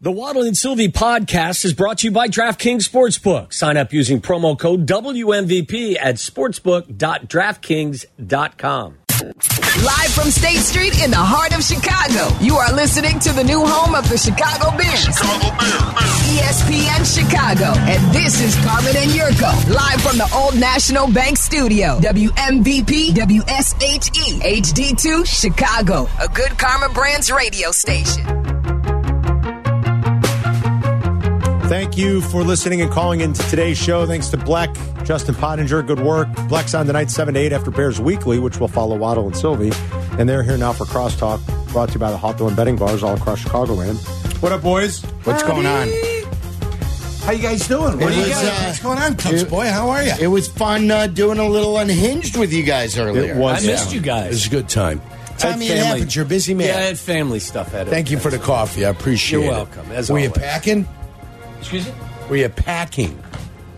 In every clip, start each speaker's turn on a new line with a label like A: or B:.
A: The Waddle and Sylvie podcast is brought to you by DraftKings Sportsbook. Sign up using promo code WMVP at sportsbook.draftkings.com.
B: Live from State Street in the heart of Chicago, you are listening to the new home of the Chicago Bears. E Chicago ESPN Chicago. And this is Carmen and Yurko, live from the Old National Bank Studio. WMVP WSHE HD2 Chicago, a good Karma Brands radio station.
C: Thank you for listening and calling into today's show. Thanks to Bleck, Justin Pottinger, good work. Bleck's on tonight, 7 to 8 after Bears Weekly, which will follow Waddle and Sylvie. And they're here now for Crosstalk, brought to you by the Hawthorne Betting Bars all across Chicagoland. What up, boys?
D: What's going on?
E: How you guys doing? What
D: It
E: do you
D: was,
E: guys?
D: uh,
E: What's going on, Cubs
D: it-
E: boy? How are you?
D: It was fun uh, doing a little unhinged with you guys earlier.
C: It was.
A: I missed you guys.
F: It's a good time.
E: Tommy and
F: family.
E: Aperture, busy
A: Yeah, I
E: man.
A: had family stuff at it.
F: Thank you for the coffee. I appreciate
A: You're
F: it.
A: welcome, as
F: Were you
A: always.
F: packing?
A: Excuse me?
F: Were you packing?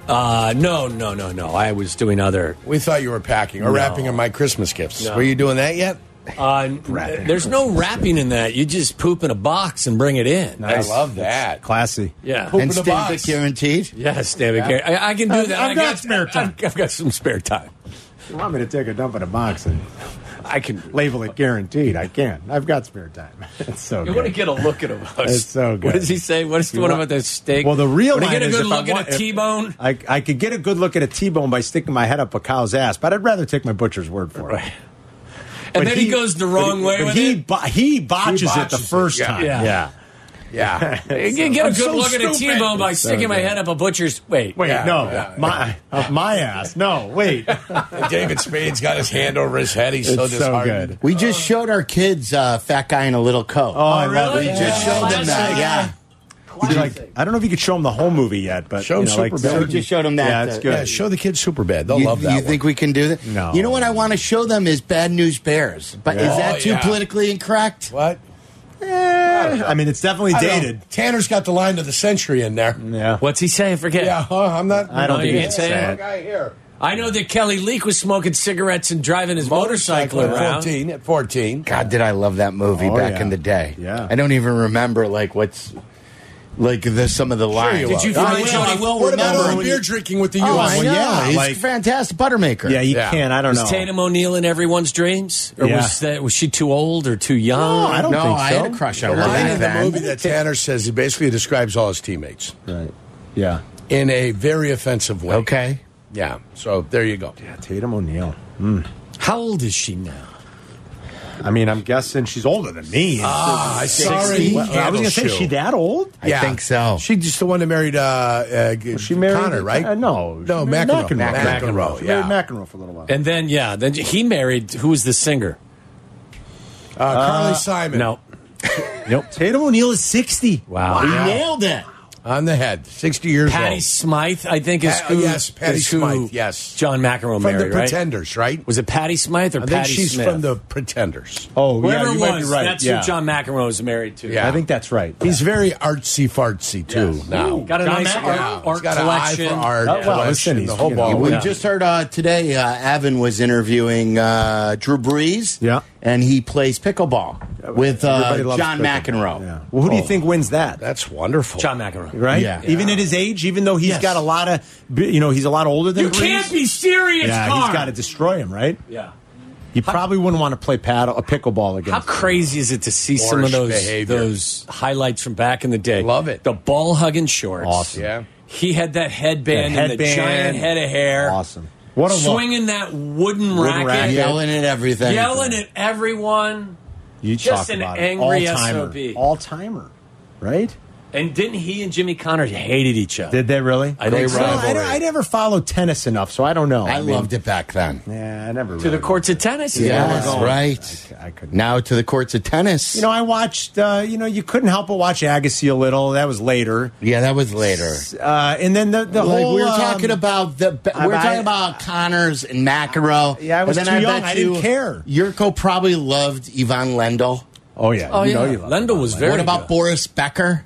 A: Uh, no, no, no, no. I was doing other.
F: We thought you were packing or wrapping in my Christmas gifts.
A: No.
F: Were you doing that yet?
A: Uh, there's no wrapping in that. You just poop in a box and bring it in.
F: I love that.
C: Classy.
A: Yeah.
F: Poop
D: and
F: in a
D: Stanley
F: box.
D: guaranteed.
A: Yes, David. Gary. I, I can do that.
E: I've
A: I
E: got spare time.
A: I've, I've got some spare time.
C: You want me to take a dump in a box and
A: I can.
C: label it guaranteed? I can. I've got spare time. It's so
A: You
C: good.
A: want to get a look at a bus.
C: It's so good.
A: What does he say? What is the
C: You
A: one
C: want-
A: about the steak?
C: Well, the real
A: Want to
C: line
A: get a
C: is
A: good
C: if I
A: look at
C: want-
A: a
C: if-
A: T-bone.
C: I, I could get a good look at a T-bone by sticking my head up a cow's ass, but I'd rather take my butcher's word for it.
A: And then he, goes the wrong way
C: but
A: with
C: he,
A: it.
C: bo- he botches, it the
F: botches it.
C: first
F: Yeah.
C: time.
A: Yeah.
F: Yeah.
A: You get a good
C: so
A: look at a
C: stupid.
A: T-bone by sticking my head up a butcher's. Wait,
C: Wait,
F: Yeah,
C: no,
F: yeah,
C: my up my ass. No, wait.
F: David Spade's got his hand over his head. He's so
C: It's so
F: disheartened.
C: good.
D: We just showed our kids uh, Fat Guy in a Little Coat.
C: Oh, I love
A: really?
C: it.
D: we just
A: yeah.
D: showed them that.
A: Classic.
D: Yeah.
C: You could, like, I don't know if you could show them the whole movie yet, but
F: Show
C: you
F: 'em
C: know, like,
F: Superbad.
C: certain-
D: We just showed 'em that,
C: Yeah, it's
D: uh,
C: good.
F: Yeah, show the kids super bad. They'll
D: you
F: love that
D: you
F: one.
D: think we can do that?
C: No.
D: You know what I want to show them is Bad News Bears. But
F: Yeah.
D: is
F: Oh,
D: that too
F: yeah.
D: politically incorrect?
F: what?
C: Eh, I mean, it's definitely
F: I don't
C: dated.
F: know. Tanner's got the line of the century in there.
C: Yeah.
A: what's he saying? Forget.
F: Yeah, huh, I'm not.
C: I don't
A: No,
C: think
A: you
C: you can
A: can't say
C: say
A: it.
C: it.
F: guy here.
A: I know that Kelly Leak was smoking cigarettes and driving his motorcycle,
F: at
A: around.
F: 14. At 14.
D: God, did I love that movie
C: Oh,
D: back
C: yeah.
D: in the day?
C: Yeah.
D: I don't even remember like what's like the some of the lines. Did
F: you will.
D: you
A: Did you find
D: will.
A: Jody?
D: I will
F: What about
D: remember
F: all the
D: when
F: beer
D: you-
F: drinking with the
D: Oh,
F: U.S.?
D: I
C: Well,
D: know.
C: yeah,
D: He's
C: like-
D: a fantastic buttermaker.
C: Yeah, you
F: Yeah.
C: can. I don't know.
A: Was Tatum O'Neal in everyone's dreams, or
C: Yeah.
A: was that was she too old or too young?
C: No, Oh, I don't
D: no,
C: think so.
D: I had a crush on her
F: line
D: back
F: in the
D: then.
F: movie that Tanner says he basically describes all his teammates
C: Right. Yeah.
F: in a very offensive way.
D: Okay.
F: Yeah. So there you go.
C: Yeah, Tatum O'Neal.
A: How old is she now?
C: I mean, I'm guessing she's older than me.
F: Ah, I sorry.
C: Well, I was gonna say, is she that old?
D: I think so.
F: She just the one that married uh, uh
C: She married
F: Connor, right?
C: Uh, no,
F: no,
C: she married
F: McEnroe.
C: McEnroe.
F: McEnroe,
C: She
F: yeah.
C: married McEnroe for a little while.
A: And then yeah, then he married who was the singer?
F: uh, Carly Simon.
A: No,
C: Nope. Tatum O'Neal is 60.
A: wow.
D: You nailed it.
F: on the head, sixty years
A: Patty
F: old.
A: Smythe, I think is
F: Pa-
A: who.
F: yes, Patty
A: is who
F: Smythe, yes.
A: John McEnroe
F: from
A: married,
F: the
A: right?
F: Pretenders, right?
A: Was it Patty Smythe or
F: I
A: Patty
F: think she's
A: Smith?
F: from the Pretenders.
C: Oh,
A: Whoever
C: yeah,
A: it
C: you
A: was,
C: might be right.
A: that's
C: yeah.
A: who John McEnroe was married to.
F: Yeah.
C: I think that's right.
F: He's very artsy fartsy too
C: Yes.
F: now.
A: Got a
F: John
A: nice
F: McEnroe.
A: art-
F: Yeah, he's
A: art
F: got
A: collection.
F: An eye for art
C: Oh, well, listen,
F: collection,
C: he's-
F: the whole
C: you
F: ball.
C: know,
D: We
C: Yeah.
D: just heard uh, today uh, Avin was interviewing uh, Drew Brees.
C: Yeah.
D: And he plays pickleball with uh,
C: Everybody loves
D: John
C: pickleball.
D: McEnroe.
C: Yeah. Well, who do you think wins that?
F: That's wonderful.
A: John McEnroe.
C: right?
D: Yeah.
C: Even at his age, even though he's
D: Yes.
C: got a lot of, bi- you know, he's a lot older than
A: You
C: Brees.
A: can't be serious,
C: Yeah,
A: Carm.
C: he's got to destroy him, right?
A: Yeah.
C: You probably wouldn't want to play paddle, a pickleball against.
A: How crazy is it to see some of
F: Boorish
A: those
F: behavior.
A: those highlights from back in the day?
F: Love it.
A: The ball hugging shorts.
C: Awesome.
F: Yeah.
A: He had that headband,
C: That
A: and the
C: headband.
A: giant head of hair.
C: Awesome. What a look.
A: swinging that wooden, racket,
C: racket.
D: Yelling at everything.
A: yelling at everyone.
C: You
A: Just
C: talk
A: an
C: about
A: angry
C: all timer,
A: SOB.
C: all timer, right?
A: And didn't he and Jimmy Connors hated each other?
C: Did they really?
A: I think
D: Great
A: so.
C: Well, I, don't- I never followed tennis enough, so I don't know.
D: I,
C: mean,
D: loved it back then.
C: Yeah, I never
A: To the
C: really
A: courts of tennis. is where we're
D: Yes,
A: going.
D: right.
C: I couldn't-
D: now to the courts of tennis.
C: You know, I watched. Uh, you know, you couldn't help but watch Agassi a little. That was later,
D: yeah, that was later.
C: uh, and then the the
D: like
C: whole.
D: we were
C: um,
D: talking about the we were
C: about-
D: talking about Connors and McEnroe.
C: Yeah, I was
D: and
C: too young. I didn't care.
D: Yurko probably loved Yvonne Lendl.
C: Oh yeah.
A: Oh
C: you know
A: yeah.
C: you love
A: Lendl
C: it.
A: was very.
D: what about
A: good.
D: Boris Becker?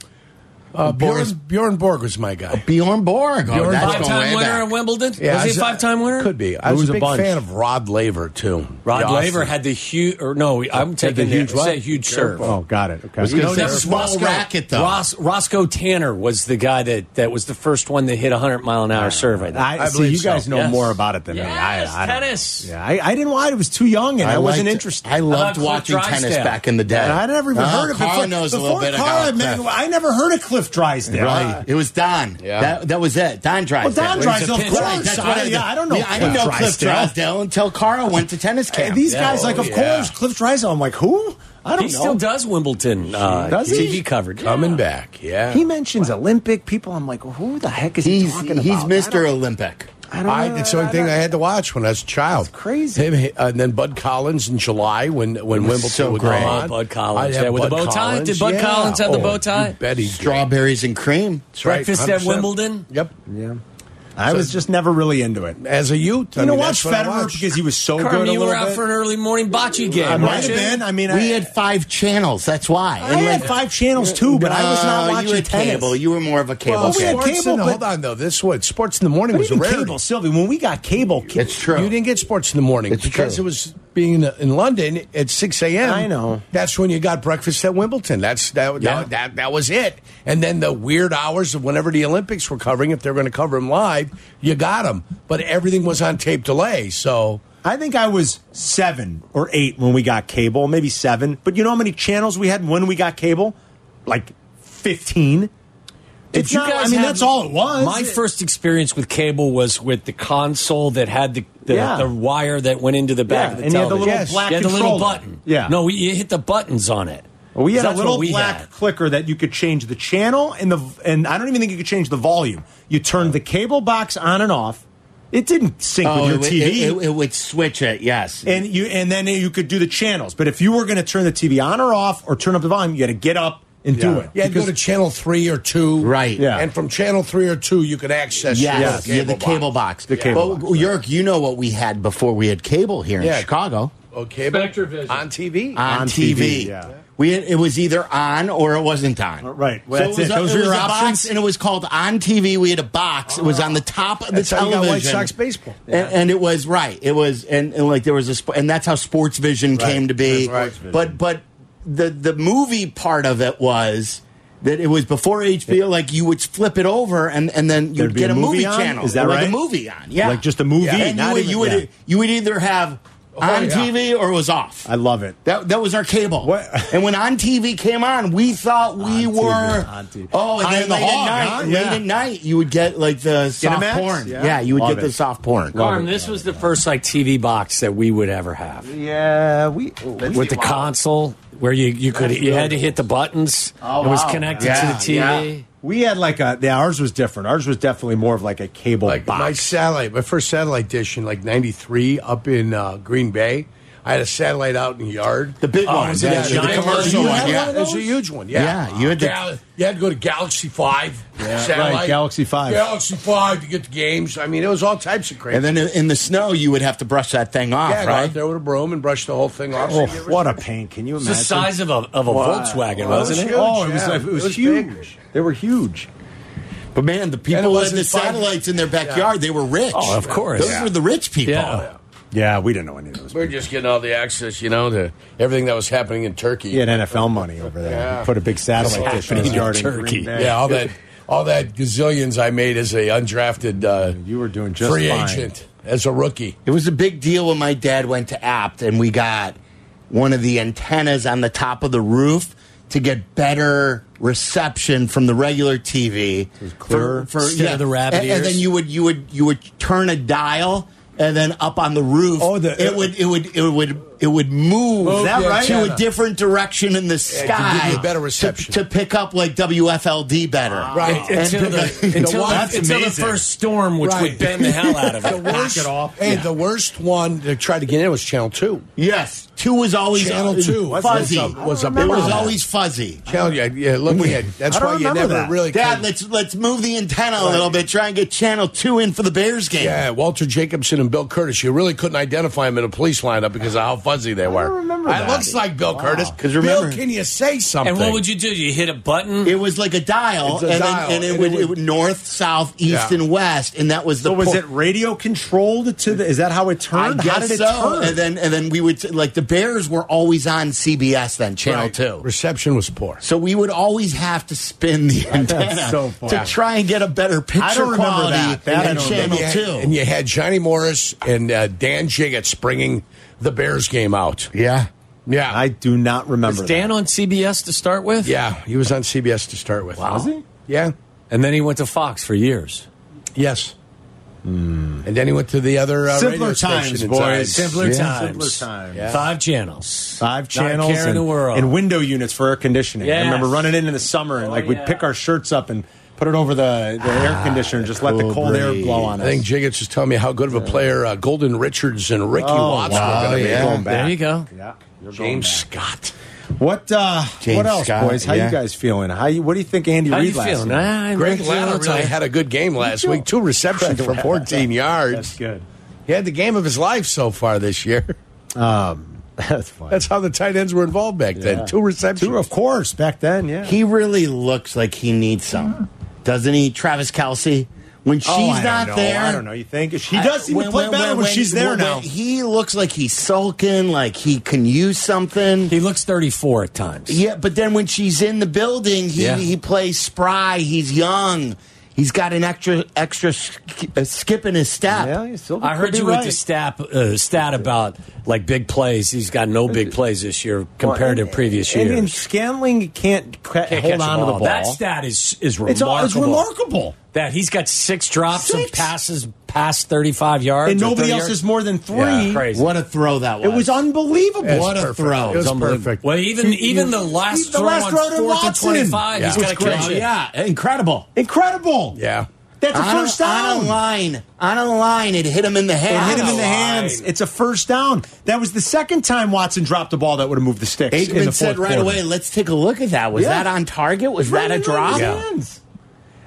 F: Uh,
D: Boris-
F: Bjorn, Bjorn Borg was my guy.
D: Bjorn Borg. Oh,
F: Bjorn
D: that's
F: Borg.
D: going way
A: Five-time winner
D: back.
A: at Wimbledon. was he a
F: I-
A: five-time winner?
F: Could be. I was,
C: was a
F: a big
C: bunch.
F: fan of Rod Laver too.
A: Rod
F: Yeah,
A: Laver
F: awesome.
A: had the huge, or no, I'm taking the
C: huge
A: huge,
C: what?
A: say huge serve.
C: Oh, got it. Okay.
D: Was he
C: You know,
D: gonna say-
C: that's-
D: a small racket, though.
A: Ros- Roscoe Tanner was the guy that, that was the first one that hit 100 mile an hour serve. I think.
C: I,
F: I
C: see,
F: believe
C: you guys
F: so.
C: know
A: Yes.
C: more about it than me.
A: Yes,
C: I, I don't-
A: tennis.
C: Yeah, I, I didn't. Why I was too young and I, wasn't
D: liked-
C: interested.
D: I
A: How about
D: loved
A: Cliff
D: watching tennis
A: Drysdale?
D: back in the day.
C: And I never even
D: Oh,
C: heard of it.
D: Carl
C: before.
D: knows
C: before
D: a little bit
C: Carl,
D: about
C: man,
D: Cliff.
C: I never heard of Cliff Drysdale.
D: Right. It was Don.
F: Yeah.
D: That, that was it. Don Drysdale.
C: Don
D: It was
C: Drysdale,
D: a
C: of
D: pitch.
C: course.
D: Right, that's what
C: I- yeah, I don't know
D: Yeah, I didn't
C: Cliff
D: know Cliff
C: Drysdale.
D: Drysdale until Carl went to tennis
C: Uh,
D: camp.
C: These
F: Yeah,
C: guys, like,
F: oh,
C: of
F: yeah.
C: course, Cliff Drysdale. I'm like, who? I don't
A: he
C: know.
A: still does Wimbledon uh,
C: Does he?
A: TV coverage.
F: coming back. Yeah,
C: He mentions Olympic people. I'm like, who the heck is he
D: he's
C: talking about?
D: he's
C: I
D: Mr.
C: don't-
D: Olympic.
C: I don't
F: I,
C: know.
F: it's the only thing I had to watch when I was a child.
C: That's crazy.
F: Him, he- and then Bud Collins in July when when Wimbledon
D: so
F: would
D: great.
F: come on.
A: Oh, Bud Collins,
F: I'd have
A: yeah, with the
F: Bud
A: bow tie.
F: Collins,
A: Did Bud
F: yeah.
A: Collins have the
F: Oh,
A: bow tie?
F: you bet he did.
D: Strawberries and cream.
F: That's right,
A: Breakfast at
F: 100%.
A: Wimbledon?
F: Yep.
C: Yeah. I was just never really into it.
F: As a youth,
C: You
F: I
C: know,
F: mean,
C: watch
F: that's what I
C: Federer
F: watched.
C: because he was so
A: Carm,
C: good a
A: you were
C: little
A: out
C: bit.
A: for an early morning bocce game.
C: I might
A: weren't
C: have
A: you?
C: been. I mean, I,
D: We had five channels. That's why.
C: I had five channels too, but I was not
D: No,
C: watching
D: you had
C: tennis.
D: cable. You were more of a cable.
F: Oh,
C: Well, we had
D: fan.
F: Sports
C: cable,
F: in the-
C: but-
F: hold on though. This what sports in the morning
C: But
F: was a
C: even
F: rarity.
C: cable, Sylvie. When we got cable, ca-
D: It's true.
F: You didn't get sports in the morning
D: It's
F: because
D: true.
F: it was being in, in London at six a.m.
C: I know.
F: That's when you got breakfast at Wimbledon. That's that,
D: Yeah.
F: that, that that was it. And then the weird hours of whenever the Olympics were covering, if they're going to cover them live, you got them. But everything was on tape delay. So
C: I think I was seven or eight when we got cable, maybe seven. But you know how many channels we had when we got cable? Like fifteen. It's
A: you
C: not- I
A: guys
C: mean,
A: have-
C: that's all Oh, it was.
A: My first experience with cable was with the console that had the the,
C: Yeah.
A: the wire that went into the back
C: Yeah,
A: of the
C: and you had the
A: television.
C: little black
A: You had the little
C: controller.
A: button.
C: Yeah.
A: No, we, you hit the buttons on it.
C: we had a
A: That's what
C: little
A: we
C: black
A: had.
C: clicker that you could change the channel and the and I don't even think you could change the volume. You turned the cable box on and off. It didn't sync
D: Oh,
C: with your
D: it, would-
C: TV.
D: It, it- it would switch it. Yes.
C: and you and then you could do the channels. But if you were going to turn the TV on or off or turn up the volume, you had to get up and do it.
F: you had to go to channel three or two,
D: Right.
C: Yeah.
F: And from channel three or two, you could access your
D: Yes,
F: cable
D: yeah, the
F: box.
D: cable box.
C: The cable
D: but,
C: box, right.
D: Yerk, you know what we had before we had cable here in
F: Yeah.
D: Chicago
F: Okay, but
G: Spectravision.
F: on TV.
D: on,
C: On
D: TV.
C: TV, yeah. Uh,
D: We had, it was either on or it wasn't on.
C: Right. Well, that's
D: so it was,
C: it.
D: a-
C: Those
D: it
C: were
D: was
C: your
D: a
C: options?
D: box, and it was called on TV. We had a box. It was on the top of the
F: That's how you
D: television.
F: got White Sox baseball.
D: And, and it was right. It was and, and like there was a sp- and that's how Sports Vision came to be.
F: Right. Sports Vision.
D: But but the the movie part of it was. That it was before HBO, like you would flip it over and, and then
C: There'd
D: you'd
C: be
D: get
C: a
D: a movie,
C: movie on?
D: channel.
C: Is that
D: or like
C: right?
D: a movie on, yeah.
C: Like just a movie,
D: And
C: not
D: you, would,
C: even-
D: you, would,
C: yeah.
D: you would either have on
F: yeah.
D: TV or it was off.
C: I love it.
D: That, that was our cable.
C: What-
D: And when on TV came on, we thought we
C: On TV,
D: were
C: on TV.
D: oh, and
C: High
D: then
C: in the
D: late at
C: hog,
D: night,
C: huh?
D: late
C: Yeah.
D: at night, you would get like the soft
C: Cinemax?
D: porn.
C: Yeah.
D: Yeah, you would
C: Love
D: get
C: it.
D: the soft porn.
A: Carm, this was the first like TV box that we would ever have
C: Yeah, we
A: with the console where you, you could you had to hit the buttons.
C: Oh,
A: it was
C: wow.
A: connected
D: Yeah,
A: to the TV.
C: we had like a. Yeah, ours was different. Ours was definitely more of like a cable
F: like my
C: box.
F: satellite, my first satellite dish in like '93 up in uh, Green Bay. I had a satellite out in the yard.
D: The big
A: Oh,
D: one.
A: is it
D: Yeah,
A: that
D: the
A: giant one?
D: commercial
A: You
D: one.
A: had
D: yeah.
F: it was a huge one. Yeah,
D: Yeah, you had to-
F: Gal- you had to go to Galaxy Five satellite,
C: right, Galaxy 5.
F: Galaxy Five to get the games. I mean, it was all types of crazy.
D: And then in the snow, you would have to brush that thing off,
F: yeah, I go out
D: right?
F: there with a broom and brush the whole thing off.
C: Oh, what a pain! Can you
A: It's
C: imagine?
A: the size of a of a
C: Wow.
A: Volkswagen,
F: Wow.
A: wasn't it?
F: huge,
C: Oh, it was,
F: yeah.
C: like- it was
F: It was
C: huge.
F: big.
C: They were huge.
D: But man, the
F: And it
D: people who had
F: wasn't
D: the
F: fun.
D: satellites in their backyard, they were rich.
A: Oh, of course.
D: Those
A: Yeah.
D: were the rich people.
A: Yeah.
C: Yeah, we didn't know any of those.
F: We We're just getting all the access, you know, to everything that was happening in Turkey.
C: He had NFL money over there. He put a big satellite dish in
A: happening
C: his
A: in
C: yard in
A: Turkey.
C: Green Bay.
F: Yeah, all that, all that gazillions I made as a undrafted. Uh,
C: You were doing just
F: free
C: fine.
F: agent as a rookie.
D: It was a big deal when my dad went to Apt and we got one of the antennas on the top of the roof to get better reception from the regular TV.
C: clearer.
D: For,
A: Instead of the rabbit
D: and, and
A: ears.
D: then you would you would you would turn a dial and then up on the roof
C: Oh, the-
D: it would it would it would it would move
F: Move
C: that
D: to
C: right?
D: a different direction in the
F: to give
D: sky
F: you a better
D: to-
F: reception.
D: to, pick up like WFLD better
C: Oh,
F: Right.
D: And-
A: Until the, until,
F: That's
A: the, until the
F: amazing.
A: first storm, which
F: Right.
A: would bend the hell out of it.
F: worst,
C: it off.
F: Hey, the worst one to try to get in was Channel Two.
D: yes two was always
F: Channel two was-
D: fuzzy
F: was a- was a
D: it was
F: big-
D: always fuzzy
F: Channel, yeah, yeah looking at that's
C: I don't
F: why you
C: remember
F: never
C: that.
F: really.
D: Dad,
F: could-
D: let's let's move the antenna a little bit. Try and get channel two in for the Bears game.
F: yeah, Walter Jacobson and Bill Curtis. You really couldn't identify him in a police lineup because of how fuzzy they were. I
D: remember
F: It
D: that.
F: looks like Bill Curtis.
D: Because remember-
F: Bill, can you say something?
A: And what would you do? You hit a button?
D: It was like a dial,
F: It's a
D: and,
F: dial,
D: Then, and it,
F: and
D: would,
F: it would-
D: it would north, south, east,
F: Yeah.
D: and west, and that was the.
C: So was
D: po-
C: it radio controlled to the? Is that how it
D: I
C: turned?
D: guess
C: how did it
D: so.
C: turn?
D: And then and then we would t- like the Bears were always on CBS then Channel
F: Right.
D: Two.
F: Reception was poor.
D: So we would always have to spin the antenna
C: so
D: to
C: funny.
D: try and get a better picture
C: remember
D: quality
C: that. That I
D: than
C: don't
D: Channel
C: remember.
D: Two.
F: And you had Johnny Morris and uh, Dan Jiggett springing the Bears game out.
D: yeah.
F: Yeah.
C: I do not remember.
A: Was Dan
C: that.
A: on CBS to start with?
F: yeah, he was on CBS to start with.
A: Wow. Was he?
F: Yeah.
A: And then he went to Fox for years.
F: Yes. And then he went to the other uh, radio
C: Simpler
F: station
C: times,
F: in
C: boys.
F: Zion.
A: Simpler
C: Yeah.
A: times.
C: Simpler times.
A: Five channels.
C: Five channels
A: Not a care
C: and,
A: in the world.
C: and window units for air conditioning. I
A: Yes.
C: remember running in in the summer and like we'd
A: yeah.
C: pick our shirts up and put it over the, the air conditioner and just let the
D: cool
C: cold air
D: breeze.
C: blow on
F: I
C: us.
F: think Jiggets was telling me how good of a player uh, Golden Richards and Ricky
C: Oh,
F: Watts
D: Oh, wow,
F: were going to
D: yeah.
F: be.
C: Going back.
A: There you go.
C: Yeah. you're going
F: James
C: back.
F: Scott.
C: What uh,
D: James
C: what else,
D: Scott,
C: boys? How
D: yeah.
C: you guys feeling? How you, what do you think Andy
A: How
C: Reid
A: you
C: last
A: feeling?
C: night?
A: Ah, I'm
F: Greg
A: feeling all
F: Ladler
A: tight.
F: really had a good game last
C: too.
F: week. Two receptions for 14
C: That's
F: yards.
C: good.
F: He had the game of his life so far this year.
C: Um, That's fun.
F: That's how the tight ends were involved back then. Two receptions.
C: Two, of course, back then, yeah.
D: He really looks like he needs some, doesn't he, Travis Kelsey? When she's
C: Oh, I don't
D: not
C: know.
D: there,
C: I don't know. You think she does seem to play better when, she's there
D: when-
C: now?
D: when He looks like he's sulking, like he can use something.
A: He looks 34 at times.
D: Yeah, but then when she's in the building, he,
A: Yeah.
D: he plays spry. He's young. He's got an extra extra sk- uh, skip in his step.
C: yeah, you still
A: I heard
C: could be
A: you
C: right.
A: with the stat, uh, stat about like big plays. He's got no big plays this year compared to previous
C: And,
A: years.
C: and Scantling can't, ca-
A: Can't
C: hold
A: catch
C: on to the ball.
A: That stat is is
C: It's
A: remarkable.
C: all- it's remarkable.
A: that he's got six drops and
C: Six?
A: passes past 35 yards.
C: and
A: or
C: nobody
A: 30
C: else
A: yards.
C: is more than three.
A: Yeah, crazy.
D: What a throw that was.
C: It was unbelievable.
F: It's
D: What a
F: perfect.
D: throw.
F: It was
D: It's
A: Unbelievable.
F: perfect.
A: Well, even even the last
C: the
A: throw
C: last
A: on
C: throw to
A: fourth and
C: Watson.
A: 25, he's
F: Yeah.
A: got to
F: It was
A: catch
D: Oh,
A: it.
D: yeah, incredible.
C: Incredible.
F: Yeah.
C: That's a
D: On a-
C: first down.
D: On a line. On a line. It hit him in the
C: It
D: head.
C: hit him in the
F: line.
C: hands. It's a first down. That was the second time Watson dropped the ball that would have moved the sticks. in the
D: Aikman said
C: fourth
D: right
C: quarter.
D: away, let's take a look at that. Was
C: Yeah.
D: that on target? Was
C: Right
D: that a
C: in
D: drop?
C: his hands.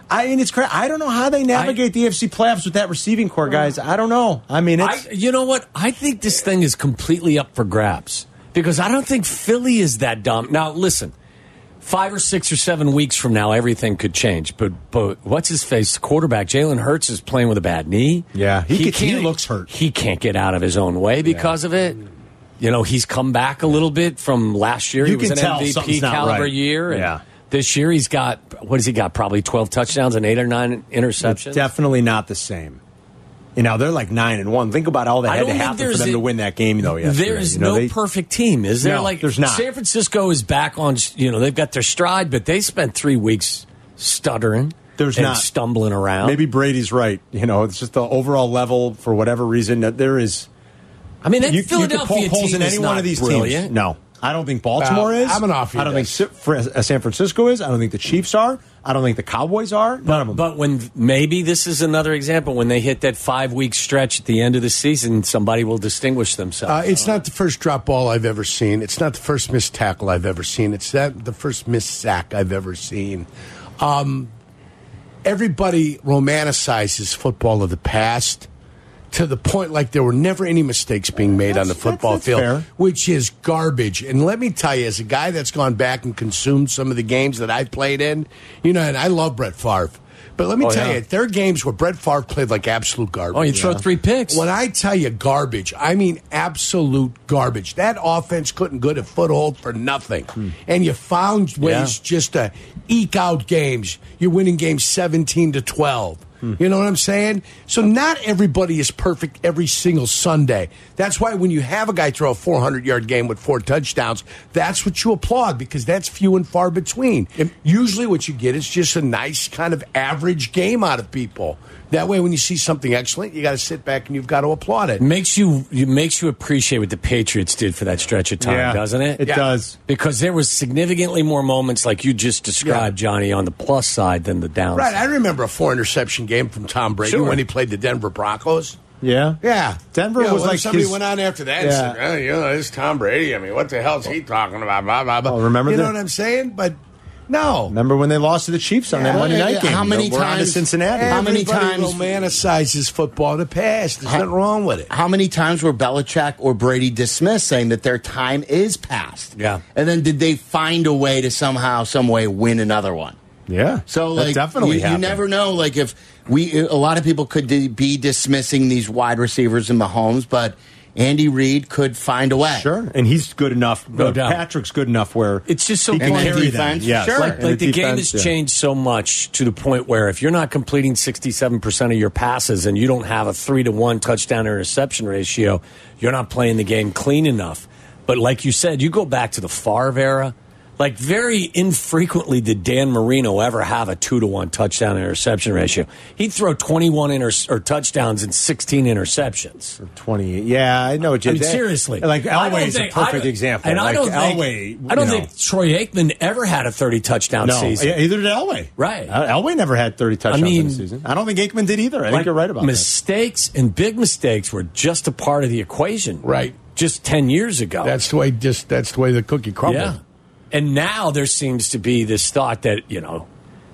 C: I mean, it's cra I don't know how they navigate the AFC playoffs with that receiving core, guys. I don't know. I mean,
A: I,
C: it's
A: you know what? I think this thing is completely up for grabs because I don't think Philly is that dumb. Now, listen, five or six or seven weeks from now, everything could change. But but what's his face? The quarterback Jalen Hurts is playing with a bad knee.
C: Yeah, he could- he
A: can't-
C: looks hurt.
A: He can't get out of his own way because of it. You know, he's come back a little bit from last year.
C: You
A: he was
C: can
A: an
C: tell
A: MVP
C: something's not
A: caliber
C: right.
A: year. And
C: Yeah.
A: This year he's got what has he got? Probably twelve touchdowns and eight or nine
C: it's
A: interceptions.
C: definitely not the same. You know, they're like nine and one. Think about all that
A: I
C: had to
A: don't think
C: happen for
A: there's
C: them
A: a-
C: to win that game, though. yesterday.
A: There's
C: You know,
A: no
C: they-
A: perfect team, is there?
C: No,
A: like
C: there's not.
A: San Francisco is back on. You know, they've got their stride, but they spent three weeks stuttering.
C: There's
A: and
C: not.
A: stumbling around.
C: Maybe Brady's right. You know, it's just the overall level for whatever reason that there is.
A: I mean that
C: You, you could
A: Philadelphia
C: poke holes
A: team
C: in
A: is
C: any one
A: not
C: of these
A: brilliant.
C: teams. No, I don't think Baltimore
F: Uh,
C: is.
F: I'm an off
C: I don't think
F: yes.
C: Sa- Fr- uh, San Francisco is. I don't think the Chiefs are. I don't think the Cowboys are. None of them.
A: But when maybe this is another example when they hit that five week stretch at the end of the season, somebody will distinguish
F: Uh,
A: themselves.
F: it's not the first drop ball I've ever seen. It's not the first missed tackle I've ever seen. It's that the first missed sack I've ever seen. Um, everybody romanticizes football of the past to the point like there were never any mistakes being made on the
C: That's- that's-
F: football
C: that's
F: field,
C: fair.
F: which is garbage. And let me tell you, as a guy that's gone back and consumed some of the games that I played in, you know, and I love Brett Favre. But let me
A: Oh,
F: tell
A: yeah.
F: you, there are games where Brett Favre played like absolute garbage.
A: oh, you throw three picks.
F: When I tell you garbage, I mean absolute garbage. That offense couldn't get a foothold for nothing. And you found ways
A: Yeah.
F: just to eke out games. You're winning games 17 to 12. You know what I'm saying? So not everybody is perfect every single Sunday. That's why when you have a guy throw a 400 yard game with four touchdowns, that's what you applaud because that's few and far between. Usually, what you get is just a nice kind of average game out of people. That way, when you see something excellent, you got to sit back and you've got to applaud it.
A: makes you it makes you appreciate what the Patriots did for that stretch of time,
C: Yeah.
A: doesn't it?
C: It Yeah. does.
A: because there was significantly more moments like you just described, Johnny, on the plus side than the downside.
F: Right, I remember a four interception game from Tom Brady
A: Sure.
F: when he played the Denver Broncos.
C: yeah,
F: Yeah,
C: Denver
F: You know,
C: was
F: when
C: like
F: somebody
C: his-
F: went on after that.
C: Yeah.
F: And said, oh, you know, it's Tom Brady. I mean, what the hell's he talking about? Blah blah blah.
C: Oh, remember
F: you know
C: that?
F: what I'm saying? But No.
C: Remember when they lost to the Chiefs on that
D: Yeah.
C: Monday
D: Yeah,
C: night
D: yeah.
C: game?
D: How many
C: We're on to
D: times-
C: Cincinnati.
D: How many
F: Everybody
D: times-
F: romanticizes football in the past? There's nothing wrong with it.
D: How many times were Belichick or Brady dismissed saying that their time is past?
A: Yeah.
D: And then did they find a way to somehow, some way win another one?
C: Yeah.
D: So
C: That
D: like
C: definitely
D: you, you
C: happened.
D: never know like if we a lot of people could di- be dismissing these wide receivers in Mahomes, but Andy Reid could find a way.
C: Sure, and he's good enough.
A: No
C: uh,
A: doubt.
C: Patrick's good enough where
A: It's just so
C: he can
A: funny.
C: carry
D: And
C: them.
D: defense,
C: Yes.
D: sure.
C: Like,
D: And
A: like the, game has
C: defense, yeah.
A: changed so much to the point where if you're not completing 67% of your passes and you don't have a 3 to 1 touchdown interception ratio, you're not playing the game clean enough. But like you said, you go back to the Favre era, like very infrequently did Dan Marino ever have a 2 to 1 touchdown interception ratio. He'd throw 21 inter- or touchdowns and 16 interceptions.
C: 28. Yeah, I know. what you-
A: I mean,
C: that-
A: seriously.
C: Like
A: I don't
C: Elway is a
A: think- I
C: perfect
A: don't-
C: example.
A: And I
C: Like,
A: don't think,
C: Elway.
A: I don't
C: you know.
A: think Troy Aikman ever had a 30 touchdown
C: No,
A: season.
C: yeah, either did Elway.
A: Right.
C: Uh, Elway never had 30 touchdowns in
A: mean-
C: a season. I don't think Aikman did either. I think
A: Like,
C: you're right about that.
A: mistakes and big mistakes were just a part of the equation.
F: Right.
A: Just 10 years ago.
F: That's the way. Just that's the way the cookie crumbled.
A: yeah. And now there seems to be this thought that, you know,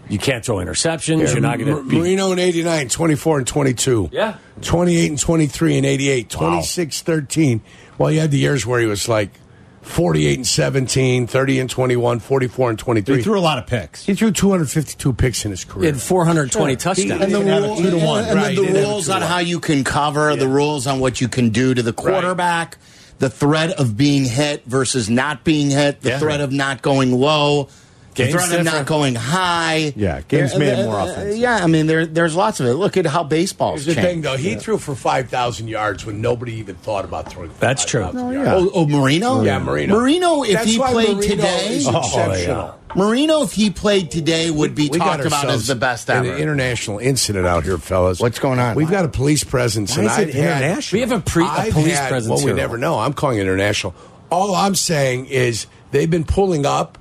A: you can't throw interceptions, you're not going to
F: M-
A: be
F: Marino in 89, 24 and 22.
A: Yeah.
F: 28 and 23 and 88, 26, 13. Well, you had the years where he was like 48 and 17, 30 and 21, 44 and 23.
C: He threw a lot of picks.
F: He threw 252 picks in his career.
A: in 420 touchdowns.
C: And the
D: And,
C: Didn't have a
D: rule-
C: two to one.
D: and
F: Right,
D: then
F: didn't
D: the
F: have a
D: rules
F: two to
D: on
F: one.
D: how you can cover, the rules on what you can do to the quarterback, the threat of being hit versus not being hit, the
A: Yeah.
D: threat of not going low,
A: Game's
D: the threat of
A: different.
D: not going high.
C: Yeah, games
D: And-
C: made
D: and-
C: it more
D: uh,
C: offensive.
D: Yeah, I mean there there's lots of it. Look at how baseball's
F: Here's the thing,
D: changed.
F: though. He threw for 5,000 yards when nobody even thought about throwing. For
A: That's true.
F: 5,000
A: No,
F: yards.
D: Oh, oh, Marino?
F: Yeah, Marino.
D: Marino, if
F: That's
D: he
F: why
D: played
F: Marino
D: today, Oh,
F: is exceptional.
D: Marino, if he played today, would be
F: Oh. We got
D: talked about
F: ourselves
D: as the best
F: an
D: ever.
F: international incident out here, fellas.
D: What's going on?
F: We've got a police presence,
C: Why
F: and
C: is it
F: I've had-
C: international?
A: We have a, pre- a
F: I've
A: police
F: had-
A: presence
F: Well, we
A: here.
F: never know. I'm calling it international. All I'm saying is they've been pulling up,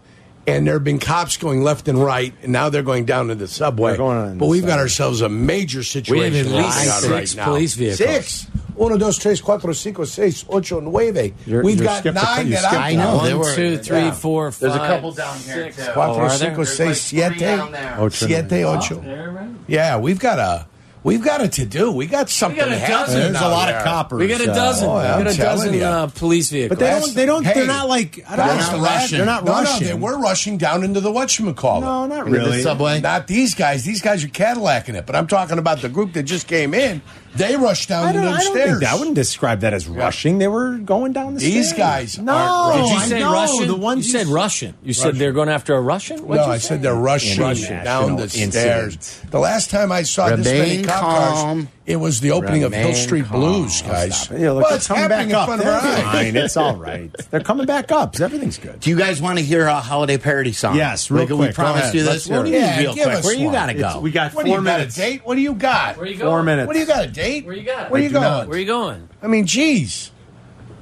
F: and there have been cops going left and right, and now they're going down to the subway.
C: They're going on
F: but
C: the
F: we've got
C: subway.
F: ourselves a major situation.
A: at
F: going
A: least
F: on
A: six
F: right now.
A: police vehicles.
F: Six. Uno, dos, tres, cuatro, cinco, seis, ocho, nueve.
C: You're-
F: We've
C: you're
F: got
C: skipped a-
F: nine
C: you
F: that
C: skipped
F: I
D: a
F: know.
D: one.
A: One,
D: were-
A: two, three,
F: yeah.
A: four,
D: There's a
A: five,
D: couple down here,
A: six.
D: too.
A: Oh,
F: Cuatro,
A: are there?
F: cinco, seis,
D: There's like three
F: siete,
D: down there.
C: Ocho,
F: siete,
C: nueve.
F: ocho. Yeah, we've got a we've got a to do. We got something.
A: got a dozen.
F: happening
C: There's a
D: Oh,
F: out
C: lot
F: there.
C: of coppers.
A: We got a
C: uh,
A: dozen.
F: Oh, yeah,
A: we got
F: I'm
A: a dozen
F: telling ya.
A: uh, police vehicles.
C: But they don't. They don't.
F: Hey.
C: they're not like. I don't
D: They're
C: know,
D: not rushing.
C: They're not
F: No,
C: rushing.
F: no, they were rushing down into the whatchamacallit.
C: No, not
D: Into the
C: really.
D: subway.
F: Not these guys. These guys are Cadillacing it. But I'm talking about the group that just came in. They rushed down
C: I
F: into
C: don't, I
F: the
C: don't
F: stairs.
C: think that. I wouldn't describe that as rushing. They were going down the
F: These
C: stairs.
F: guys
C: No,
F: aren't
A: Did you
F: Oh, I
A: say
C: no,
A: Russian?
C: The ones
A: you said Russian. You said they're going after a Russian? What'd
F: no,
A: you
F: I
A: say?
F: said they're rushing
C: Russian.
F: down the
C: National
F: stairs.
C: incident.
F: The last time I saw this many
D: Remain
F: cop cars,
D: calm.
F: it was the opening of Hill
D: Remain
F: Street
D: calm.
F: Blues, guys.
C: Yeah, look,
F: well,
C: they're
F: it's
C: coming
F: happening
C: back
F: in
C: up.
F: front of
C: They're
F: our eyes.
C: fine. It's all right. They're coming back up. Everything's good.
D: Do you guys want to hear a holiday parody song?
C: Yes, real
D: Like,
C: quick.
D: We
C: Go
D: promised
C: ahead.
D: you
C: Let's
D: this.
C: hear
D: What do
C: it.
D: you mean,
F: Yeah,
D: real
F: give
D: quick?
F: us
D: Where you
F: one.
D: gotta
C: It's-
D: go?
C: we got
F: What do
C: four
F: you
C: minutes.
F: got a date? What do you got?
A: Where you going?
C: Four minutes.
F: What do you got a date?
A: Where you going?
F: Where you
C: do
F: going?
C: not.
A: Where you going?
F: I mean, geez,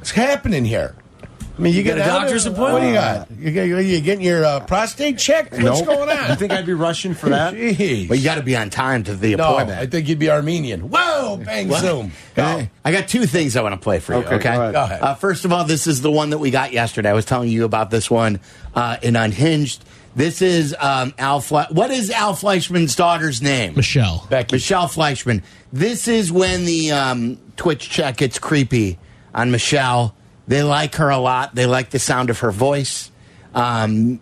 F: it's happening here. I mean, you,
A: got a
F: get out
A: doctor's
F: of-
A: appointment?
F: What do you got? You, get- you getting your uh, prostate checked? What's
C: Nope.
F: going
C: You
F: on?
C: think I'd be rushing for that?
F: Jeez.
D: But you got to be on time to the
F: no,
D: appointment.
F: I think you'd be Armenian. Whoa, bang,
D: What?
F: zoom.
D: Hey, I got two things I want to play for you.
C: Okay,
D: Okay.
C: go ahead.
F: Go ahead.
D: Uh, first of all, this is the one that we got yesterday. I was telling you about this one uh, in Unhinged. This is um, Al. Fle- what is Al Fleischman's daughter's name?
G: Michelle.
F: Oh, Becky.
D: Michelle Fleischman. This is when the um, Twitch chat gets creepy on Michelle. They like her a lot. They like the sound of her voice. Um,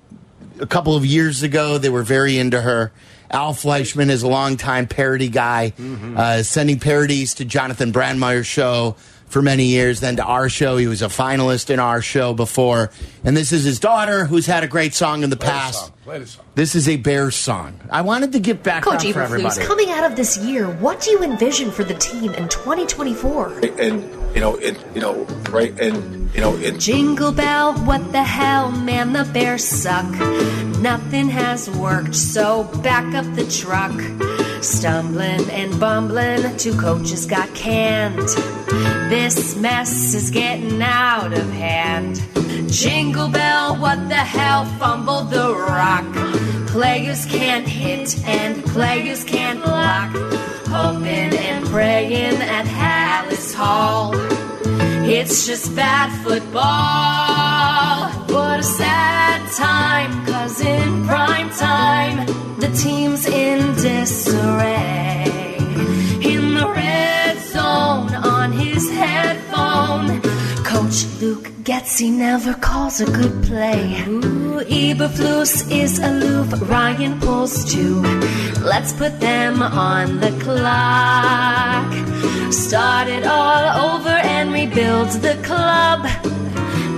D: a couple of years ago, they were very into her. Al Fleischman is a longtime parody guy,
F: Mm-hmm.
D: uh, sending parodies to Jonathan Brandmeier's show for many years, then to our show. He was a finalist in our show before. And this is his daughter, who's had a great song in the
F: Play the
D: past.
F: song. Play the song.
D: This is a Bears song. I wanted to get back
H: Coach
D: for everybody.
H: Eberflus, coming out of this year, what do you envision for the team in 2024?
E: And you know, it you know, right? And you know, it.
H: Jingle bell, what the hell, man, the bears suck. Nothing has worked, so back up the truck. Stumbling and bumbling, two coaches got canned. This mess is getting out of hand. Jingle bell, what the hell, fumble the rock. Players can't hit and players can't block. Hoping and praying at Hallis Hall. It's just bad football. What a sad time, cause in prime disarray. In the red zone on his headphone, Coach Luke Getzey never calls a good play. Ooh, Eberflus is aloof, Ryan pulls two. Let's put them on the clock. Start it all over and rebuild the club.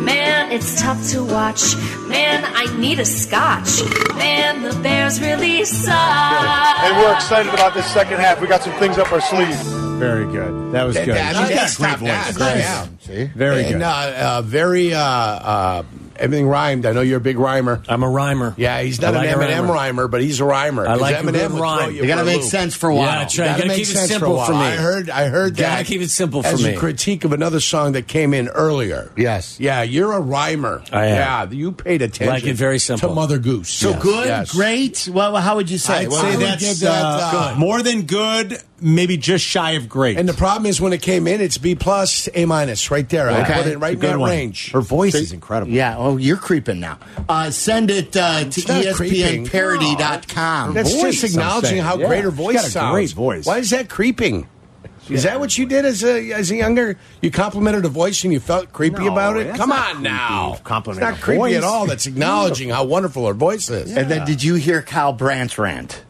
H: Man, it's tough to watch. Man, I need a scotch. Man, the Bears really suck.
G: And we're excited about this second half. We got some things up our sleeve.
C: Very good. That was good.
D: I mean, that's
F: great
D: top
F: voice.
D: notch.
F: Great.
D: Yeah. See?
C: Very good.
F: And, uh, uh, very, uh, uh, everything rhymed. I know you're a big rhymer.
A: I'm a rhymer.
F: Yeah, he's not
A: I like
F: an
A: a
F: Eminem rhymer. but he's a rhymer.
A: I
F: 'Cause
A: like a
F: Eminem
A: good
F: would
A: rhyme.
F: throw You
D: You got to
F: for a
D: make
F: loop.
D: sense for a while.
A: Yeah, that's right. You
F: Gotta
A: gotta
F: make
A: keep it
F: sense
A: simple
F: a
A: for
F: while.
A: me.
F: I heard, I heard
A: Gotta
F: that.
A: keep it simple for
F: as
A: me.
F: a critique of another song that came in earlier.
D: Yes.
F: Yeah, you're a rhymer.
A: I am.
F: Yeah, you paid attention.
A: Like it very simple.
F: to Mother Goose.
D: So good,
F: Yes.
D: great. Well, how would you say?
F: I'd
D: Well,
F: say
D: I
F: I
D: would
F: that-
D: give
F: that's, uh, good.
C: more than good, maybe just shy of great.
F: And the problem is when it came in, it's B plus, A minus, right there.
D: Okay.
F: I put it right in
C: Good
F: that
C: one.
F: range.
C: Her voice is incredible.
D: Yeah. Oh, you're creeping now. Uh, send it uh, to
F: It's not creeping.
D: ESPNparody.com.
F: That's
C: voice,
F: just acknowledging
C: I'm
F: how
C: saying. Yeah.
F: great her
C: She's
F: voice
C: got a
F: sounds.
C: great voice.
F: Why is that creeping? Is that what you did as a as a younger? You complimented a voice and you felt creepy
C: No,
F: about it.
C: that's
F: Come
C: not
F: on
C: creepy.
F: now,
C: Compliment
F: It's not
C: a
F: creepy
C: voice.
F: at all. That's acknowledging how wonderful her voice is.
D: And then did you hear Kyle Brandt's rant?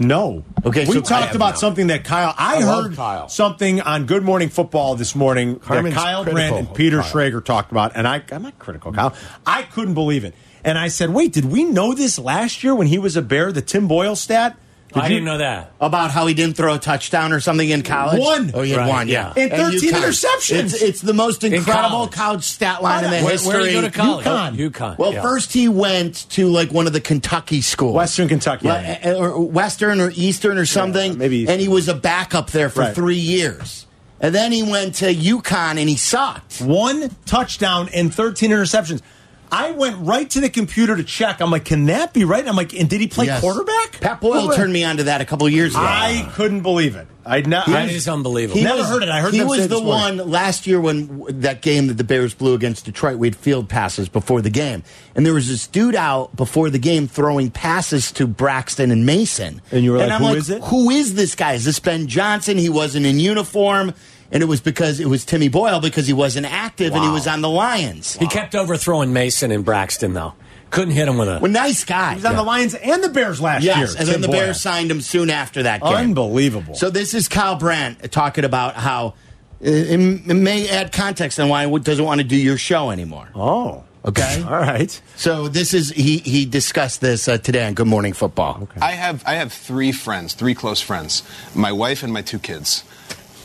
C: No.
D: Okay,
C: We
D: so I
C: talked
D: have
C: about
D: no.
C: something that Kyle. I,
F: I love
C: heard
F: Kyle.
C: something on Good Morning Football this morning
F: Carmen's
C: that Kyle
F: critical
C: Brandt and
F: of
C: Peter
F: Kyle.
C: Schrager talked about, and I, I'm not critical, Kyle. I couldn't believe it, and I said, "Wait, did we know this last year when he was a Bear? The Tim Boyle stat? Did
A: I
C: you-
A: didn't know that.
D: About how he didn't throw a touchdown or something in college.
C: One.
D: Oh, he had
A: Right,
D: one. Yeah,
A: yeah.
C: And 13
D: UConn.
C: interceptions.
D: It's, it's the most incredible
A: college.
D: college. stat line in the
A: Where,
D: history.
A: where did you go to college?
C: UConn.
A: UConn.
D: Well,
A: yeah.
D: first he went to like one of the Kentucky schools,
C: Western Kentucky.
D: Le- or Western or Eastern or something.
C: maybe Eastern.
D: and he was a backup there for
C: Right.
D: three years, and then he went to UConn and he sucked.
C: One touchdown and 13 interceptions. I went right to the computer to check. I'm like, can that be right? I'm like, and did he play
D: Yes.
C: quarterback?
D: Pat Boyle turned me onto that a couple years ago.
C: I couldn't believe it. I know.
A: that is unbelievable.
C: He Never heard it. I heard
D: he
C: them say
D: was
C: it
D: the
C: this morning.
D: one last year when w- that game that the Bears blew against Detroit. We had field passes before the game, and there was this dude out before the game throwing passes to Braxton and Mason.
C: And you were like,
D: I'm
C: "Who
D: like,
C: is it?"
D: Who is this guy? Is this Ben Johnson? He wasn't in uniform, and it was because it was Timmy Boyle because he wasn't active and he was on the Lions.
A: he kept overthrowing Mason and Braxton though. Couldn't hit him with a.
D: Well, nice guy.
C: He was on the Lions and the Bears last year.
D: Yes, and
C: Tim
D: then the
C: Boyle.
D: Bears signed him soon after that game.
C: Unbelievable.
D: So this is Kyle Brandt talking about how uh, it, it may add context on why he doesn't want to do your show anymore.
C: oh,
D: Okay.
C: all right.
D: So this is he he discussed this uh, today on Good Morning Football.
I: I have I have three friends, three close friends, my wife and my two kids.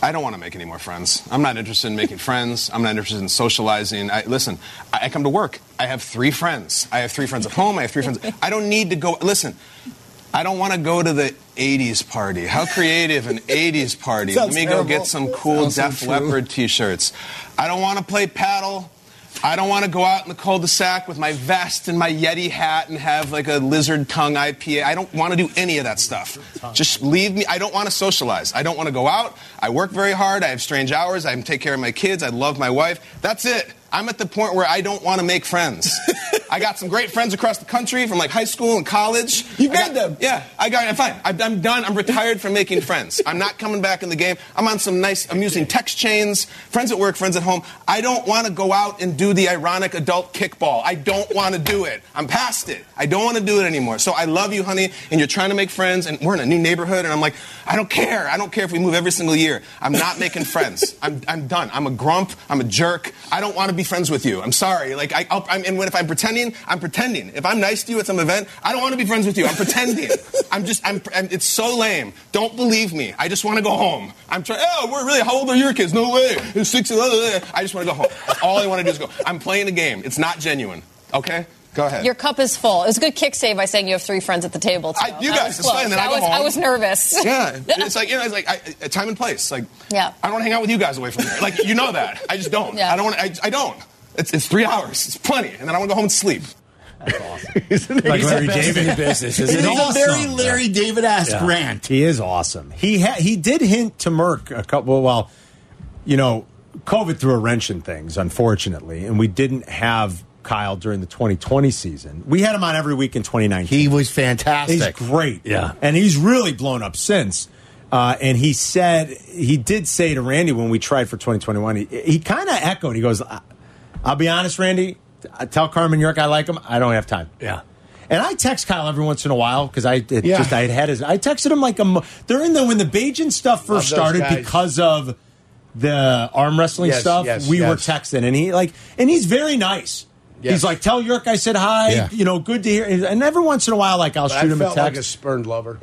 I: I don't want to make any more friends. I'm not interested in making friends. I'm not interested in socializing. I, listen, I, I come to work. I have three friends. I have three friends at home. I have three friends. I don't need to go. Listen, I don't want to go to the 80s party. How creative an 80s party. Let me go get some cool Def Leppard t shirts. I don't want to play paddle. I don't want to go out in the cul de sac with my vest and my Yeti hat and have like a lizard tongue IPA. I don't want to do any of that stuff. Just leave me. I don't want to socialize. I don't want to go out. I work very hard. I have strange hours. I take care of my kids. I love my wife. That's it. I'm at the point where I don't want to make friends. I got some great friends across the country from like high school and college. You got them. Yeah, I got. I'm fine. I'm, I'm done. I'm retired from making friends. I'm not coming back in the game. I'm on some nice, amusing text chains. Friends at work, friends at home. I don't want to go out and do the ironic adult kickball. I don't want to do it. I'm past it. I don't want to do it anymore. So I love you, honey, and you're trying to make friends, and we're in a new neighborhood, and I'm like, I don't care. I don't care if we move every single year. I'm not making friends. I'm, I'm done. I'm a grump. I'm a jerk. I don't want to be friends with you. I'm sorry. Like I, I'll, I'm, and when if I'm pretending, I'm pretending. If I'm nice to you at some event, I don't want to be friends with you. I'm pretending. I'm just. I'm, I'm. It's so lame. Don't believe me. I just want to go home. I'm trying. Oh, we're really. How old are your kids? No way. It's six. blah, blah, blah. I just want to go home. That's all I want to do is go. I'm playing a game. It's not genuine. Okay. Go ahead.
J: Your cup is full. It was a good kick save by saying you have three friends at the table.
I: I-
J: too.
I: you
J: That
I: guys,
J: was
I: it's fine,
J: close.
I: then I
J: That
I: go
J: was- I
I: home.
J: was nervous.
I: Yeah, it's like you know, it's like I, I- time and place. Like,
J: Yeah.
I: I don't want to hang out with you guys away from here. Like, you know that. I just don't.
J: Yeah.
I: I don't want. I, I don't. It's, it's three hours. It's plenty, and then I want to go home and sleep.
C: Like Larry
A: Best in
C: David.
A: business. Is
D: It
A: it
D: is a
A: awesome?
D: very Larry David-esque
A: Yeah.
D: rant.
C: He is awesome. He ha- he did hint to Merck a couple. Well, you know, COVID threw a wrench in things, unfortunately, and we didn't have Kyle during the 2020 season. We had him on every week in 2019. He
D: was fantastic.
C: He's great. Yeah. And he's really blown up since. Uh, and he said, he did say to Randy when we tried for 2021, he, he kind of echoed. He goes, "I- I'll be honest, Randy, I tell Carmen York I like him. I don't have time. Yeah. And I text Kyle every once in a while because I it
F: Yeah.
C: just I had had his. I texted him like a. mo- During the when the Bajan stuff
F: Love
C: first
F: those
C: started
F: guys.
C: because of the arm wrestling
F: Yes,
C: stuff.
F: yes,
C: we were
F: yes.
C: texting, and he like, and he's very nice. He's like, tell York I said hi.
F: Yeah.
C: You know, good to hear. And every once in a while, like I'll
F: I
C: shoot him a
F: felt like a
C: text,
F: spurned lover.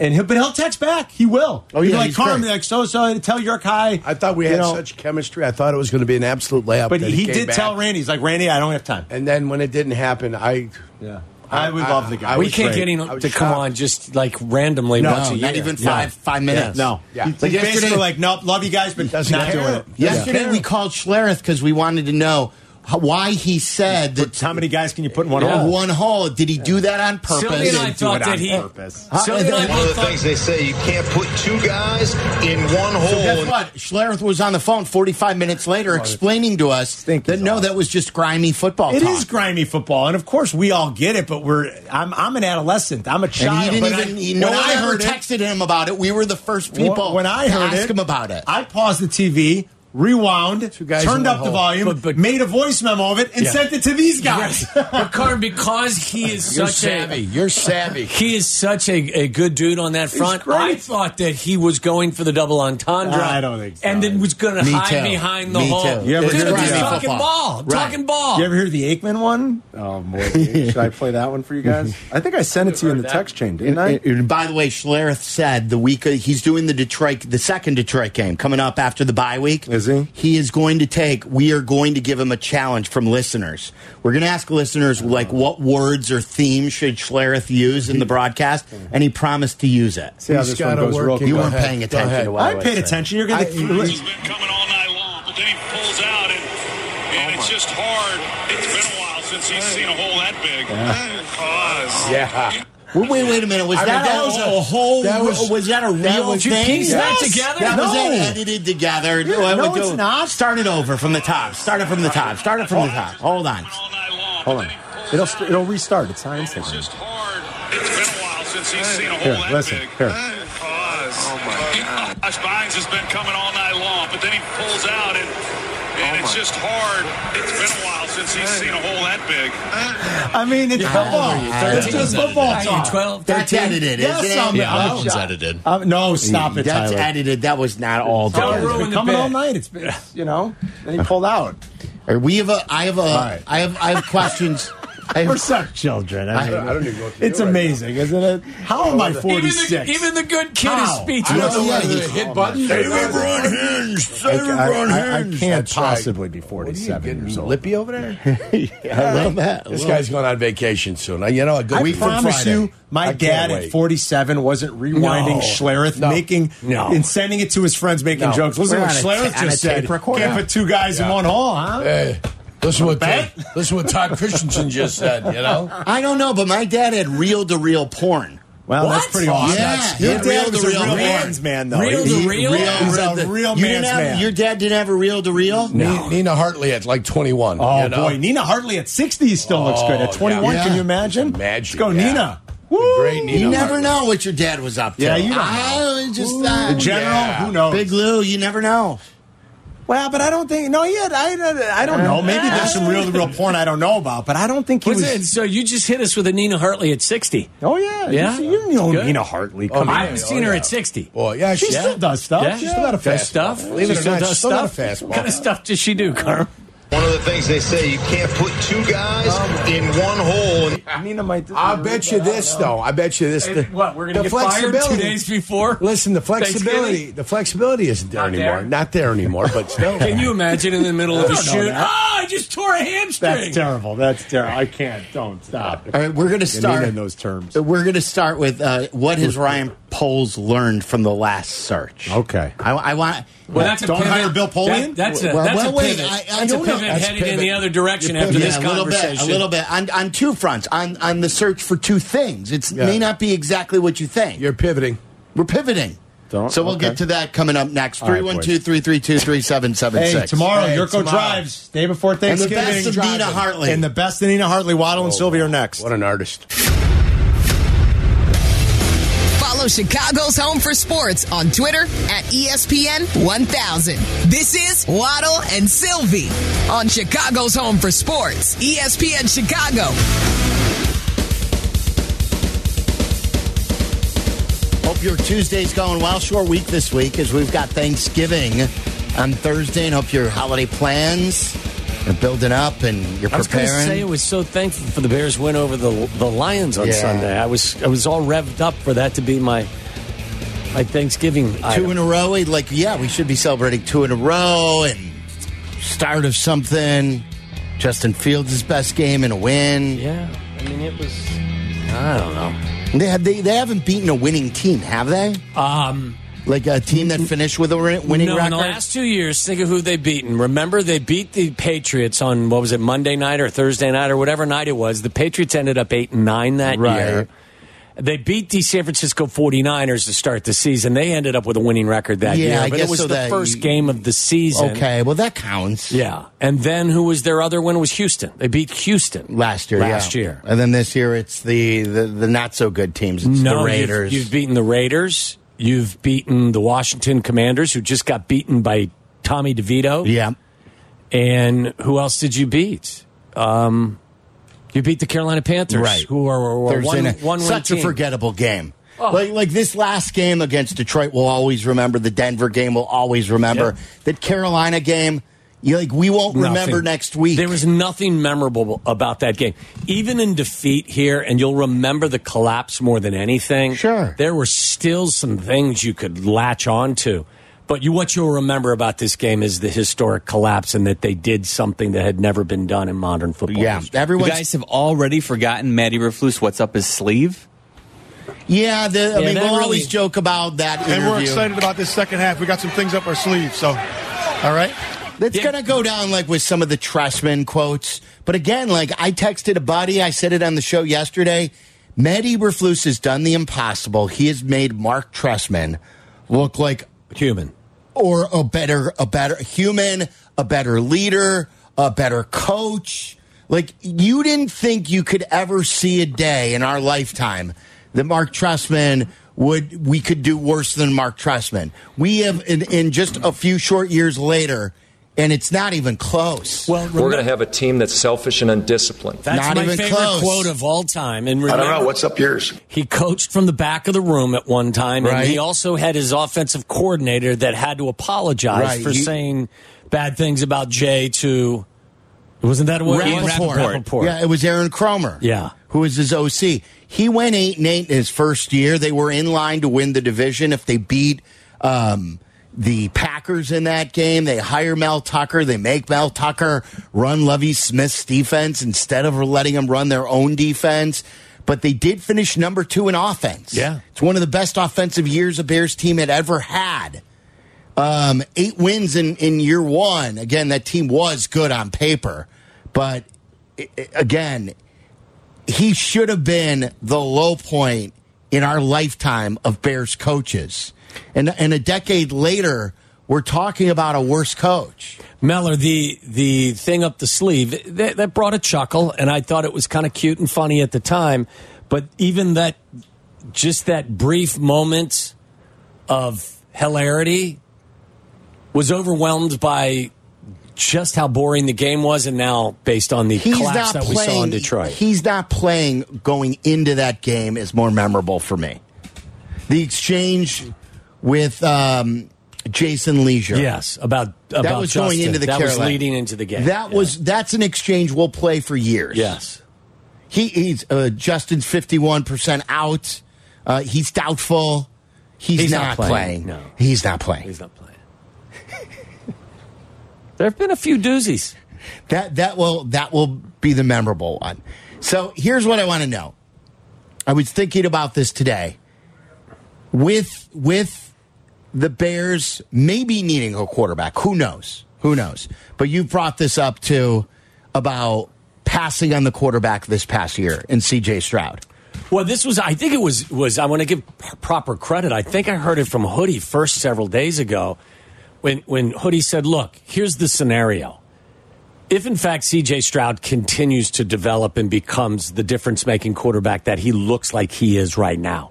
C: and he'll but he'll text back. He will. He'll
F: Oh,
C: be
F: yeah,
C: like
F: he's
C: Carmen,
F: great.
C: like so so. Tell York hi.
F: I thought we
C: You
F: had
C: know?
F: such chemistry. I thought it was going to be an absolute layup.
C: But
F: that
C: he
F: came
C: did
F: back.
C: tell Randy, he's like, Randy, I don't have time.
F: And then when it didn't happen, I
C: yeah, I would love the guy.
A: we can't get him to come on just like randomly
C: No,
A: once a
C: not
A: year.
C: even five- five minutes.
A: No.
C: Yeah. Like yesterday- nope, love you guys, but
D: Doesn't
C: not
D: care.
C: doing it.
D: Yesterday
C: Yeah.
D: we called Schlereth because we wanted to know how, why he said that.
C: How many guys can you put in one
D: yeah.
C: hole?
D: One hole. Did he do that on purpose? Uh,
C: Sylvia and I Didn't do thought it that on he- purpose. Sylvia and I
K: One of the things they say, you can't put two guys in one hole.
D: So guess what? Schlereth was on the phone 45 minutes later explaining to us that no, that was just grimy football
C: It
D: talk.
C: is grimy football, and of course we all get it. But we're I'm I'm an adolescent. I'm a
D: And
C: child.
D: he didn't
C: but
D: even.
C: I,
D: he- no
C: when
D: one
C: I
D: ever
C: heard it-
D: texted him about it. We were the first people
C: when I
D: to
C: heard
D: ask
C: it,
D: him about it.
C: I paused the TV, rewound,
D: guys in
C: turned
D: one
C: up the
D: hole.
C: volume, made a voice memo of it, and
A: Yeah.
C: sent it to these guys.
A: But Carm, because he is
C: You're
A: such
C: savvy.
A: a
F: you're savvy.
A: He is such a, a good dude on that front. I thought that he was going for the double entendre.
C: I don't think so.
A: And then was going to
C: Me
A: hide
C: too.
A: behind the
C: Me
A: hole.
C: too. You ever
A: Dude,
C: hear
A: he's
C: that?
A: talking
C: Football.
A: ball.
C: Right.
A: Talking ball.
C: You ever hear the Aikman one? Oh boy, should I play that one for you guys? I think I sent it to you in the text chain, didn't I?
D: And- and by the way, Schlereth said the week he's doing the Detroit, the second Detroit game coming up after the bye week. Is he? He is going to take. We are going to give him a challenge from listeners. We're going to ask listeners
C: Uh-huh.
D: like what words or themes should Schlereth use in the broadcast, and he promised to use it.
C: Uh-huh. See how this one goes real quick.
D: You weren't paying attention. to what
C: I
D: was
C: paid
D: saying.
C: attention. You're going to.
L: pulls out, and, and
I: Oh
L: it's just hard. It's been a while since he's seen a hole that big. Cause.
F: Yeah.
D: Wait, wait, wait a minute. Was
F: I mean,
D: that,
F: that
D: a,
F: was
D: was
F: a-
D: a whole?
F: that was-
D: was, that a real
F: that was-
D: thing?
F: you pieced that
D: Yes.
F: together?
D: That was
F: No.
D: that edited together.
F: Yeah,
D: Well,
F: no,
D: we
F: it's
D: do-
F: not.
D: Start it over from the top. Start it from the top. Start it from the top. Hold on.
C: Hold on. It'll st- it'll restart. It's time saving.
L: It's been a while since he's seen a hole
C: Here,
L: that
C: listen.
L: big.
C: Here.
L: Cause. Oh my God. Josh Bynes has been coming all night long, but then he pulls out, and
M: Oh,
L: and it's just hard. It's been a while since he's seen a hole that big.
C: I mean, it's football. It's just football talk.
D: That's edited,
C: Yes,
D: isn't it?
C: I'm- I'm a shot. Um, no, stop it,
D: That's
C: Tyler.
D: edited. That was not all.
C: Don't
D: together.
C: ruin It's been the coming bit. all night. It's been, you know, and he pulled out.
D: Or We have a. I have a.
C: All right.
D: I have. I have questions. I have,
C: We're such children. I,
D: I-
C: mean,
D: I don't even know what to
C: It's
D: do right
C: amazing, isn't it? How am I
A: Even the-
C: 46?
A: even the good kid is
C: How?
A: speechless.
C: I don't know
A: Yeah,
C: whether
A: he's-
C: to
A: oh, my
C: buttons.
A: God.
C: I,
D: Save it for on
C: I- I
D: hinge.
C: can't
F: That's right.
C: possibly be 47 years old.
F: Lippy over there.
D: I love that.
F: This guy's going on vacation soon. I- You know, a good
C: I
F: week from
C: promise
F: Friday.
C: you, my
F: I can't
C: dad
F: wait.
C: at 47 wasn't rewinding
F: No.
C: Schlereth,
F: No.
C: making
F: No.
C: and sending it to his friends, making
F: No.
C: jokes. Listen
F: We're
C: to what
F: on a ta-
C: Schlereth
F: on a
C: just said.
F: tape recorder.
C: Can't
F: Yeah.
C: put two guys in
F: Yeah.
C: one hole, huh?
F: Hey, listen what uh,
C: Bet?
F: listen what Todd Christensen just said. You know.
D: I don't know, but my dad had reel to reel porn.
C: Well, that's pretty awesome.
D: Yeah,
C: Your
D: yeah.
C: dad was a real man's man, though.
A: Real
C: He-
A: to real?
C: He was a
D: the-
C: real
D: you
C: man's
D: didn't have-
C: man.
D: Your dad didn't have a reel to reel.
F: Ni- Nina Hartley at like 21.
C: Oh
F: you know?
C: boy, Nina Hartley at 60 still looks
F: Oh,
C: good. At 21,
D: yeah.
C: can you imagine?
F: Imagine,
C: Let's go,
F: yeah.
C: Nina.
F: The
C: Woo!
F: great Nina.
D: You never
F: Hartley.
D: know what your dad was up to.
C: Yeah, you don't know.
D: I was just uh,
C: The general, who knows?
D: Big Lou. You never know.
C: Well, but I don't think. No, yet I, I don't know. Maybe there's some real, real porn I don't know about, but I don't think he
A: What's
C: was.
A: it? So you just hit us with a Nina Hartley at 60.
C: Oh yeah,
A: Yeah.
C: You, you know
A: Good.
C: Nina Hartley.
F: Oh,
C: Come
F: yeah.
A: I
C: on.
A: haven't seen
F: oh,
A: her
F: yeah.
A: at 60.
F: Boy, yeah,
C: She
F: she
C: still does stuff.
A: Yeah.
C: She's still got a
A: Does
C: fast
A: stuff?
F: Believe
A: She
F: it or
A: still
F: not,
A: does
F: she's still got
A: stuff?
F: a fastball.
A: What kind of stuff does she do, Carm?
K: One of the things they say, you can't put two guys
E: Um,
K: in one hole. And
C: Nina might.
F: I bet you this though. I bet you this.
A: Uh, Hey, what, we're gonna
F: the
A: get fired two
F: flexibility-
A: days before
F: Listen, the
A: Thanksgiving?
F: flexibility. The flexibility isn't there
A: Not there.
F: anymore. Not there anymore. But still,
A: Can you imagine in the middle of a
C: don't know
A: shoot? Oh,
C: that.
A: I just tore a
C: That's
A: hamstring.
C: terrible. That's terrible. I can't. Don't stop.
D: All right, we're going to
C: Nina
D: start.
C: in those terms.
D: We're going to start with uh, what has Ryan Poles learned from the last search.
C: Okay.
D: I, I want.
A: Well, that's a
C: Don't
A: pivot.
C: hire Bill Polian?
A: That- that's a,
D: Well,
A: that's
D: well,
A: a
D: wait,
A: pivot.
D: I- I
A: that's a
D: don't know.
A: pivot
D: That's
A: headed
D: pivot.
A: in the other direction after
D: Yeah,
A: this
D: a little
A: conversation.
D: bit, a little bit on, on two fronts. On on the search for two things, it
F: Yeah.
D: may not be exactly what you think.
F: you're pivoting.
D: We're pivoting.
C: Don't.
D: So we'll
C: Okay.
D: get to that coming up next.
C: All right, boys.
D: 312 332 3776.
C: Hey, tomorrow, Yurko drives. Day before Thanksgiving.
D: And the best of Nina Hartley. Oh,
C: And the best of Nina Hartley. Waddle and Sylvie are next.
F: What an artist.
B: Follow Chicago's Home for Sports on Twitter at E ESPN 1000. This is Waddle and Sylvie on Chicago's Home for Sports, E ESPN Chicago.
D: Hope your Tuesday's going well. Short week this week as we've got Thanksgiving on Thursday, and hope your holiday plans are building up and you're
A: I was going to say I
D: preparing.
A: was so thankful for the Bears win over the the Lions on
D: Yeah.
A: Sunday. I was I was all revved up for that to be my my Thanksgiving.
D: Two
A: item.
D: in a row. we'd Like, yeah, we should be celebrating two in a row and start of something. Justin Fields' best game and a win.
A: yeah, I mean it was. I don't know.
D: They, have, they, they haven't beaten a winning team, have they?
A: Um,
D: Like a team that finished with a win- winning
A: no,
D: record?
A: in the last two years, think of who they've beaten. Remember, they beat the Patriots on what was it Monday night or Thursday night or whatever night it was. The Patriots ended up eight and nine that
D: Right.
A: year. They beat the San Francisco 49ers to start the season. They ended up with a winning record that
D: Yeah,
A: year,
D: I
A: but
D: guess
A: it was
D: so
A: the
D: that-
A: first game of the season.
D: Okay, well, that counts.
A: Yeah. And then who was their other one was Houston. They beat Houston.
D: Last year,
A: Last
D: yeah.
A: year.
D: and then this year it's the the, the not so good teams. It's the
A: you've-
D: Raiders.
A: You've, beaten the Raiders. You've beaten the Washington Commanders, who just got beaten by Tommy DeVito.
D: yeah,
A: And who else did you beat? Um, you beat the Carolina Panthers,
D: Right.
A: who are, are
D: Thursday
A: one,
D: night.
A: one
D: such a forgettable game.
A: Oh.
D: Like like this last game against Detroit, we'll always remember. The Denver game, we'll always remember.
A: Yep.
D: That Carolina game, you like we won't remember next week.
A: There was nothing memorable about that game. Even in defeat here, and you'll remember the collapse more than anything.
D: Sure.
A: There were still some things you could latch on to. But you, what you'll remember about this game is the historic collapse and that they did something that had never been done in modern football.
D: yeah,
A: history.
N: You
D: everyone's
N: guys have already forgotten Matty Raflus. What's up his sleeve?
D: yeah. The, I
A: Yeah,
D: mean,
A: that
D: we'll
A: really-
D: always joke about that interview.
G: And we're excited about this second half. We got some things up our sleeve, so.
D: All right. That's
A: Yeah.
D: gonna go down like with some of the Trashman quotes. But again, like I texted a buddy, I said it on the show yesterday. Mehdi Eberflus has done the impossible. He has made Mark Tressman look like
A: Human.
D: or a better a better human, a better leader, a better coach. Like you didn't think you could ever see a day in our lifetime that Mark Trussman would we could do worse than Mark Trussman. We have in, in just a few short years later, and it's not even close.
A: Well,
M: We're
A: remember-
M: going to have a team that's selfish and undisciplined.
A: That's
D: Not
A: my
D: even
A: favorite
D: close.
A: quote of all time. And
E: I
A: remember,
E: don't know. What's up yours?
A: He coached from the back of the room at one time,
D: Right.
A: and he also had his offensive coordinator that had to apologize
D: Right,
A: for
D: you-
A: saying bad things about Jay to. Wasn't that what it was?
D: Rappaport. Yeah, it was Aaron Cromer.
A: Yeah.
D: Who was his OC. He went 8 and 8 in his first year. They were in line to win the division if they beat um, the Packers in that game. They hire Mel Tucker. They make Mel Tucker run Levy Smith's defense instead of letting him run their own defense. But they did finish number two in offense.
A: Yeah.
D: It's one of the best offensive years a Bears team had ever had. Um, eight wins in, in year one. Again, that team was good on paper, but i- i- again, he should have been the low point in our lifetime of Bears coaches. And, and a decade later, we're talking about a worse coach.
A: Meller, the the thing up the sleeve that, that brought a chuckle, and I thought it was kind of cute and funny at the time. But even that, just that brief moment of hilarity, was overwhelmed by just how boring the game was, and now based on the
D: He's
A: collapse
D: not
A: that we
D: playing.
A: saw in Detroit,
D: He's not playing going into that game is more memorable for me. The exchange with um, Jason Leisure.
A: yes, about about
D: that was going
A: Justin.
D: into the
A: that
D: Carolina.
A: was leading into the game.
D: That
A: Yeah.
D: was that's an exchange we'll play for years.
A: yes.
D: he, he's uh, Justin's fifty one percent out. Uh, he's doubtful. He's,
A: He's
D: not,
A: not
D: playing.
A: playing, no.
D: He's not playing.
A: He's not playing. there have been a few doozies.
D: That that will that will be the memorable one. So here's what I want to know. I was thinking about this today. With with the Bears maybe needing a quarterback, who knows? Who knows? But you brought this up too about passing on the quarterback this past year in CJ Stroud.
A: Well, this was I think it was was I want to give p- proper credit. I think I heard it from Hoodie first several days ago when when Hoodie said, "Look, here's the scenario. If in fact CJ Stroud continues to develop and becomes the difference-making quarterback that he looks like he is right now,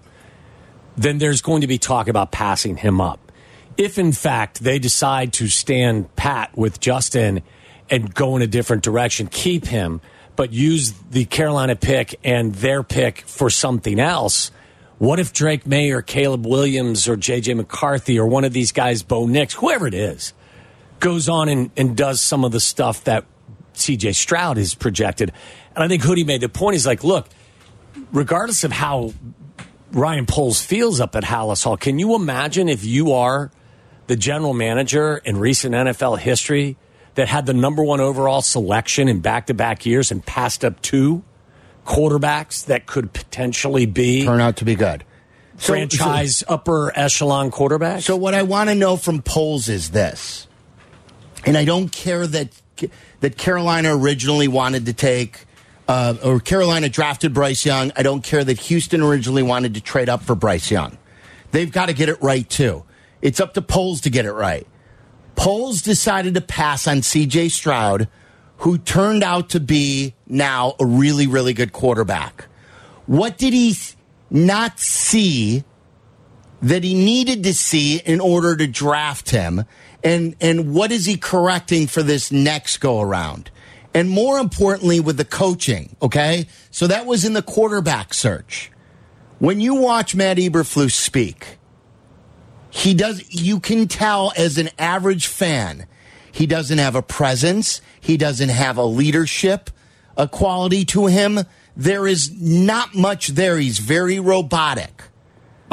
A: then there's going to be talk about passing him up. If in fact they decide to stand pat with Justin and go in a different direction, keep him, but use the Carolina pick and their pick for something else. What if Drake May or Caleb Williams or JJ McCarthy or one of these guys, Bo Nix, whoever it is, goes on and, and does some of the stuff that CJ Stroud is projected? And I think Hoodie made the point. He's like, look, regardless of how Ryan Poles feels up at Hallis Hall. Can you imagine if you are the general manager in recent NFL history that had the number one overall selection in back to back years and passed up two quarterbacks that could potentially be
D: turn out to be good So-
A: franchise upper echelon quarterbacks?
D: So what I want to know from polls is this, and I don't care that that Carolina originally wanted to take. Uh, or Carolina drafted Bryce Young. I don't care that Houston originally wanted to trade up for Bryce Young. They've got to get it right too. It's up to polls to get it right. Polls decided to pass on CJ Stroud, who turned out to be now a really, really good quarterback. What did he s- not see that he needed to see in order to draft him and and what is he correcting for this next go around and more importantly with the coaching okay so that was in the quarterback search when you watch Matt Eberflus speak he does you can tell as an average fan he doesn't have a presence he doesn't have a leadership a quality to him there is not much there he's very robotic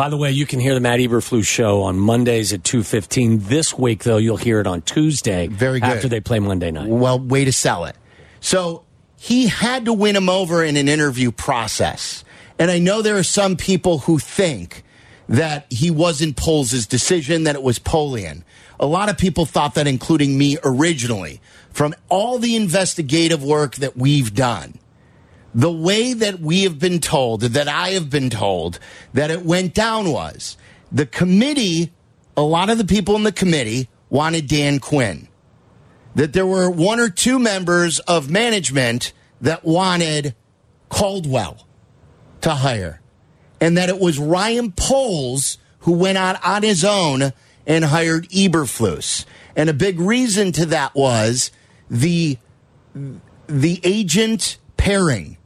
A: By the way, you can hear the Matt Eberflus show on Mondays at 2.15. This week, though, you'll hear it on Tuesday Very
D: good.
A: after they play Monday night.
D: Well, way to sell it. So he had to win him over in an interview process. And I know there are some people who think that he wasn't Poles' decision, that it was Polian. A lot of people thought that, including me originally. From all the investigative work that we've done, the way that we have been told, that I have been told, that it went down was the committee, a lot of the people in the committee wanted Dan Quinn. That there were one or two members of management that wanted Caldwell to hire. And that it was Ryan Poles who went out on his own and hired Eberflus. And a big reason to that was the the agent pairing.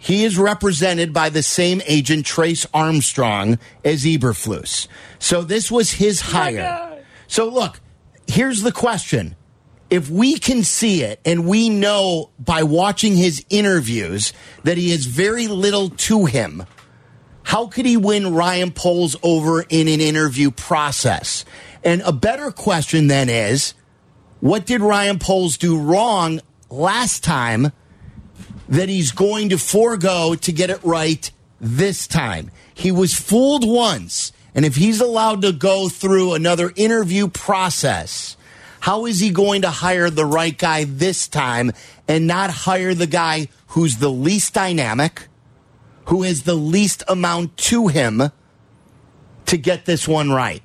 D: He is represented by the same agent, Trace Armstrong, as Eberflus. So this was his hire. So look, here's the question. If we can see it and we know by watching his interviews that he has very little to him, how could he win Ryan Poles over in an interview process? And a better question then is, what did Ryan Poles do wrong last time that he's going to forego to get it right this time? He was fooled once, and if he's allowed to go through another interview process, how is he going to hire the right guy this time and not hire the guy who's the least dynamic, who has the least amount to him to get this one right?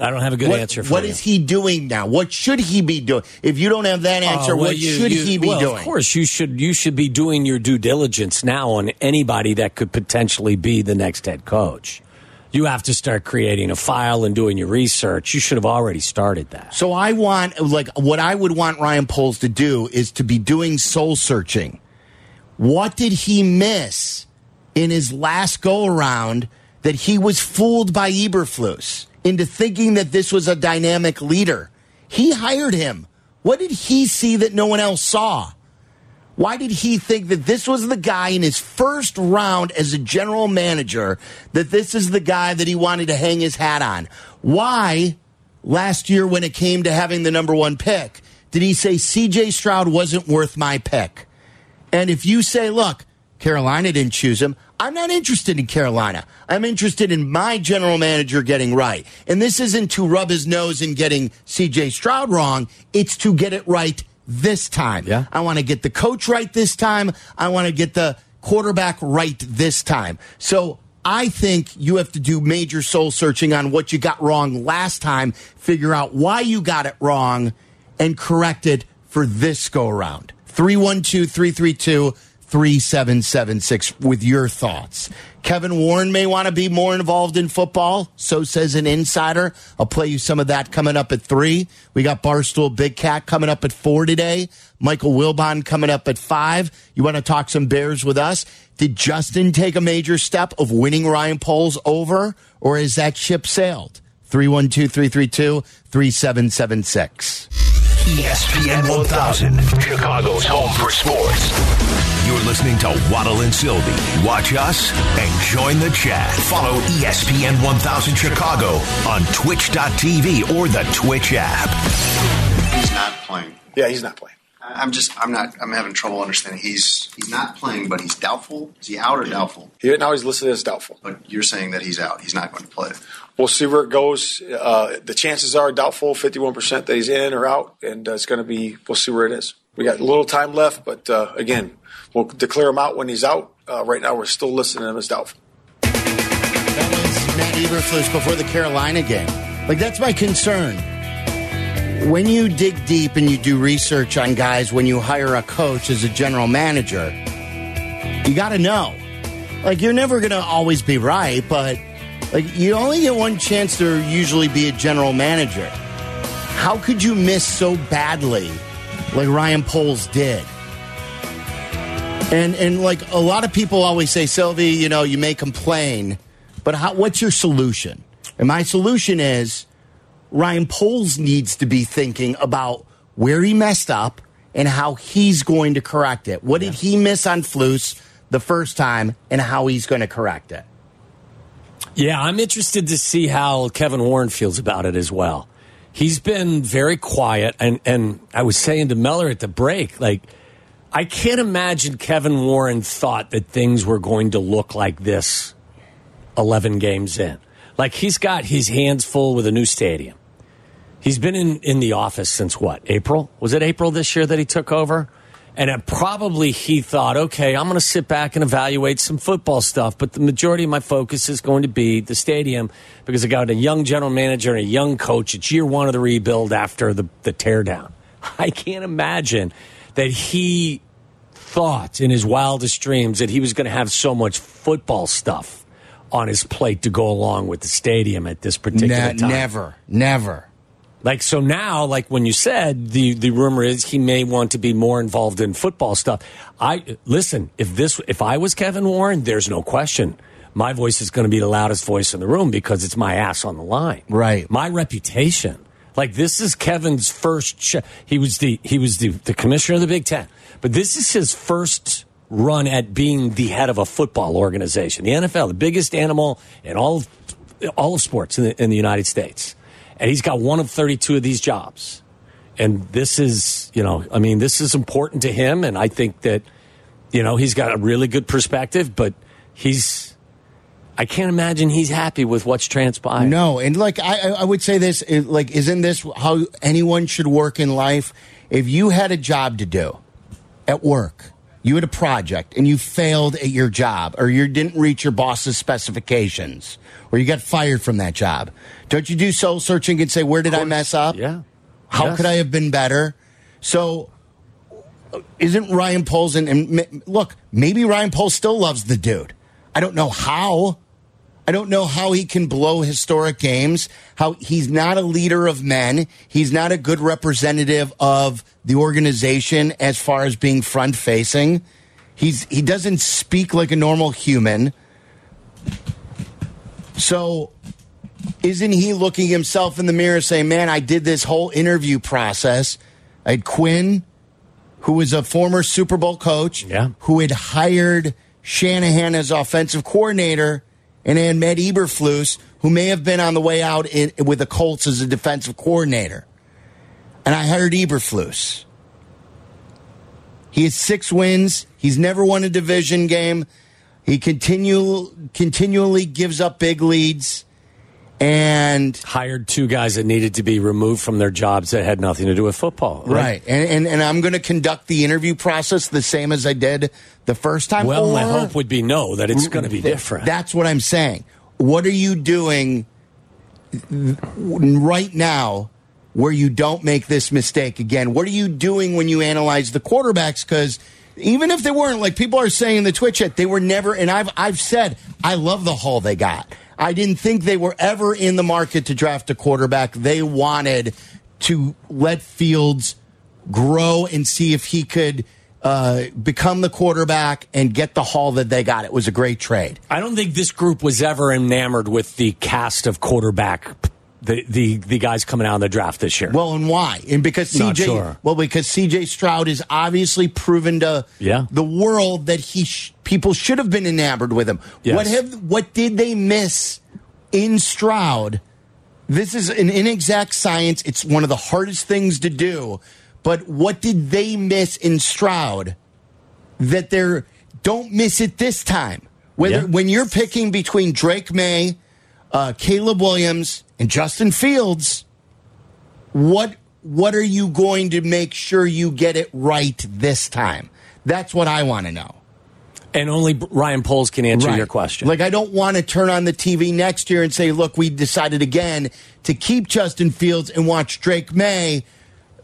A: I don't have a good
D: What-
A: answer for
D: What
A: you.
D: is he doing now? What should he be doing? If you don't have that answer,
A: Oh, well,
D: what
A: you-
D: should
A: you-
D: he be
A: well,
D: doing?
A: Of course, you should you should be doing your due diligence now on anybody that could potentially be the next head coach. You have to start creating a file and doing your research. You should have already started that.
D: So I want, like, what I would want Ryan Poles to do is to be doing soul searching. What did he miss in his last go around that he was fooled by Eberflus into thinking that this was a dynamic leader? He hired him. What did he see that no one else saw? Why did he think that this was the guy in his first round as a general manager, that this is the guy that he wanted to hang his hat on? Why, last year when it came to having the number one pick, did he say CJ Stroud wasn't worth my pick? And if you say, look, Carolina didn't choose him, I'm not interested in Carolina. I'm interested in my general manager getting right. And this isn't to rub his nose in getting CJ Stroud wrong, it's to get it right this time. I want to get the coach right this time. I want to get the quarterback right this time. So I think you have to do major soul searching on what you got wrong last time, figure out why you got it wrong, and correct it for this go around. 312 332 3776 with your thoughts. Kevin Warren may want to be more involved in football. So says an insider. I'll play you some of that coming up at three. We got Barstool Big Cat coming up at four today. Michael Wilbon coming up at five. You want to talk some Bears with us? Did Justin take a major step of winning Ryan Poles over, or is that ship sailed? 312 332 3776.
O: E ESPN 1000, Chicago's home for sports. You're listening to Waddle and Sylvie. Watch us and join the chat. Follow E ESPN 1000 Chicago on twitch.tv or the Twitch app.
P: He's not playing.
E: Yeah, he's not playing.
P: I'm just. I'm not. I'm having trouble understanding. He's he's not playing, but he's doubtful. Is he out or doubtful?
E: He, now he's listed as doubtful.
P: But you're saying that he's out. He's not going to play.
E: We'll see where it goes. Uh, the chances are doubtful, 51% that he's in or out, and uh, it's going to be, we'll see where it is. We got a little time left, but uh, again, we'll declare him out when he's out. Uh, right now, we're still listing him as doubtful.
D: Matt Eberflus before the Carolina game. Like that's my concern. When you dig deep and you do research on guys, when you hire a coach as a general manager, you got to know. Like you're never going to always be right, but like you only get one chance to usually be a general manager. How could you miss so badly, like Ryan Poles did? And and like a lot of people always say, Sylvie, you know, you may complain, but how, what's your solution? And my solution is Ryan Poles needs to be thinking about where he messed up and how he's going to correct it. What did he miss on Fluce the first time, and how he's going to correct it?
A: Yeah, I'm interested to see how Kevin Warren feels about it as well. He's been very quiet, and and I was saying to Meller at the break, like I can't imagine Kevin Warren thought that things were going to look like this 11 games in. Like he's got his hands full with a new stadium. He's been in, in the office since what? April? Was it April this year that he took over? And it probably he thought, okay, I'm going to sit back and evaluate some football stuff, but the majority of my focus is going to be the stadium because I got a young general manager and a young coach. It's year one of the rebuild after the, the teardown. I can't imagine that he thought in his wildest dreams that he was going to have so much football stuff on his plate to go along with the stadium at this particular
D: Ne-
A: time.
D: never, never.
A: Like so now, like when you said the the rumor is he may want to be more involved in football stuff. I listen, if this if I was Kevin Warren, there's no question. My voice is going to be the loudest voice in the room because it's my ass on the line. Right. My reputation. Like this is Kevin's first ch- he was the he was the, the commissioner of the Big 10. But this is his first run at being the head of a football organization. The NFL, the biggest animal in all of, all of sports in the, in the United States and he's got one of 32 of these jobs. And this is, you know, I mean, this is important to him. And I think that, you know, he's got a really good perspective, but he's, I can't imagine he's happy with what's transpired.
D: No, and like I, I- I would say this, it- like, isn't this how anyone should work in life? If you had a job to do at work, you had a project and you failed at your job, or you didn't reach your boss's specifications, or you got fired from that job, don't you do soul searching and say, "Where did I mess up? Yeah, how
Q: Yes.
D: could I have been better?" So isn't Ryan Poles and, and m- look, maybe Ryan Poles still loves the dude. I don't know how. I don't know how he can blow historic games. How he's not a leader of men. He's not a good representative of the organization as far as being front facing. He's he doesn't speak like a normal human. So isn't he looking himself in the mirror saying, Man, I did this whole interview process. I had Quinn, who was a former Super Bowl coach, who had hired Shanahan as offensive coordinator, and then Matt Eberflus, who may have been on the way out in, with the Colts as a defensive coordinator. And I hired Eberflus. He has six wins. He's never won a division game. He continue, continually gives up big leads. and
A: hired two guys that needed to be removed from their jobs that had nothing to do with football.
D: Right. And, and and I'm going to conduct the interview process the same as I did the first time.
A: Well, my
D: or-
A: hope would be no, that it's going to be
D: Th-
A: different.
D: That's what I'm saying. What are you doing right now where you don't make this mistake again? What are you doing when you analyze the quarterbacks? Because even if they weren't, like people are saying in the Twitch chat, they were never. And I've I've said I love the haul they got. I didn't think they were ever in the market to draft a quarterback. They wanted to let Fields grow and see if he could uh, become the quarterback and get the haul that they got. It was a great trade.
A: I don't think this group was ever enamored with the cast of quarterback, the the, the guys coming out in the draft this year.
D: Well, and why? And because
A: Not
D: CJ,
A: sure.
D: well, because CJ Stroud is obviously proven to
A: Yeah.
D: the world that he sh- people should have been enamored with him.
A: Yes.
D: What have what did they miss in Stroud? This is an inexact science. It's one of the hardest things to do. But what did they miss in Stroud that they're don't miss it this time? Whether
A: Yeah.
D: when you're picking between Drake May, uh, Caleb Williams, and Justin Fields, what what are you going to make sure you get it right this time? That's what I want to know.
A: and only Ryan Poles can answer
D: Right.
A: your question.
D: Like I don't want to turn on the TV next year and say, "Look, we decided again to keep Justin Fields and watch Drake May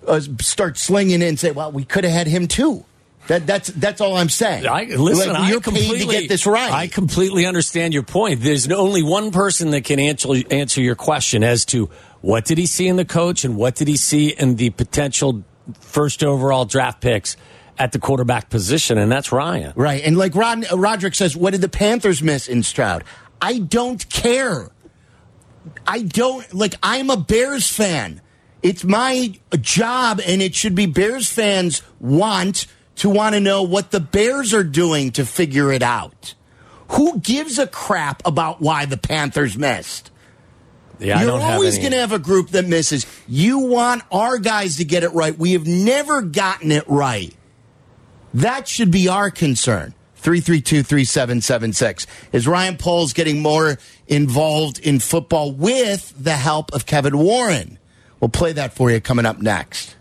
D: uh, start slinging it and say, "Well, we could have had him too." That that's that's all I'm saying.
A: I, listen,
D: Like, you're
A: I
D: paid
A: completely
D: to get this right.
A: I completely understand your point. There's no- only one person that can answer answer your question as to what did he see in the coach and what did he see in the potential first overall draft picks at the quarterback position, and that's Ryan.
D: Right. And like Rod, uh, Roderick says, what did the Panthers miss in Stroud? I don't care. I don't, like, I'm a Bears fan. It's my job, and it should be Bears fans want to want to know what the Bears are doing to figure it out. Who gives a crap about why the Panthers missed?
A: Yeah, I
D: You're
A: don't have
D: always
A: any-
D: going to have a group that misses. You want our guys to get it right. We have never gotten it right. That should be our concern. 3323776. Is Ryan Poles getting more involved in football with the help of Kevin Warren? We'll play that for you coming up next.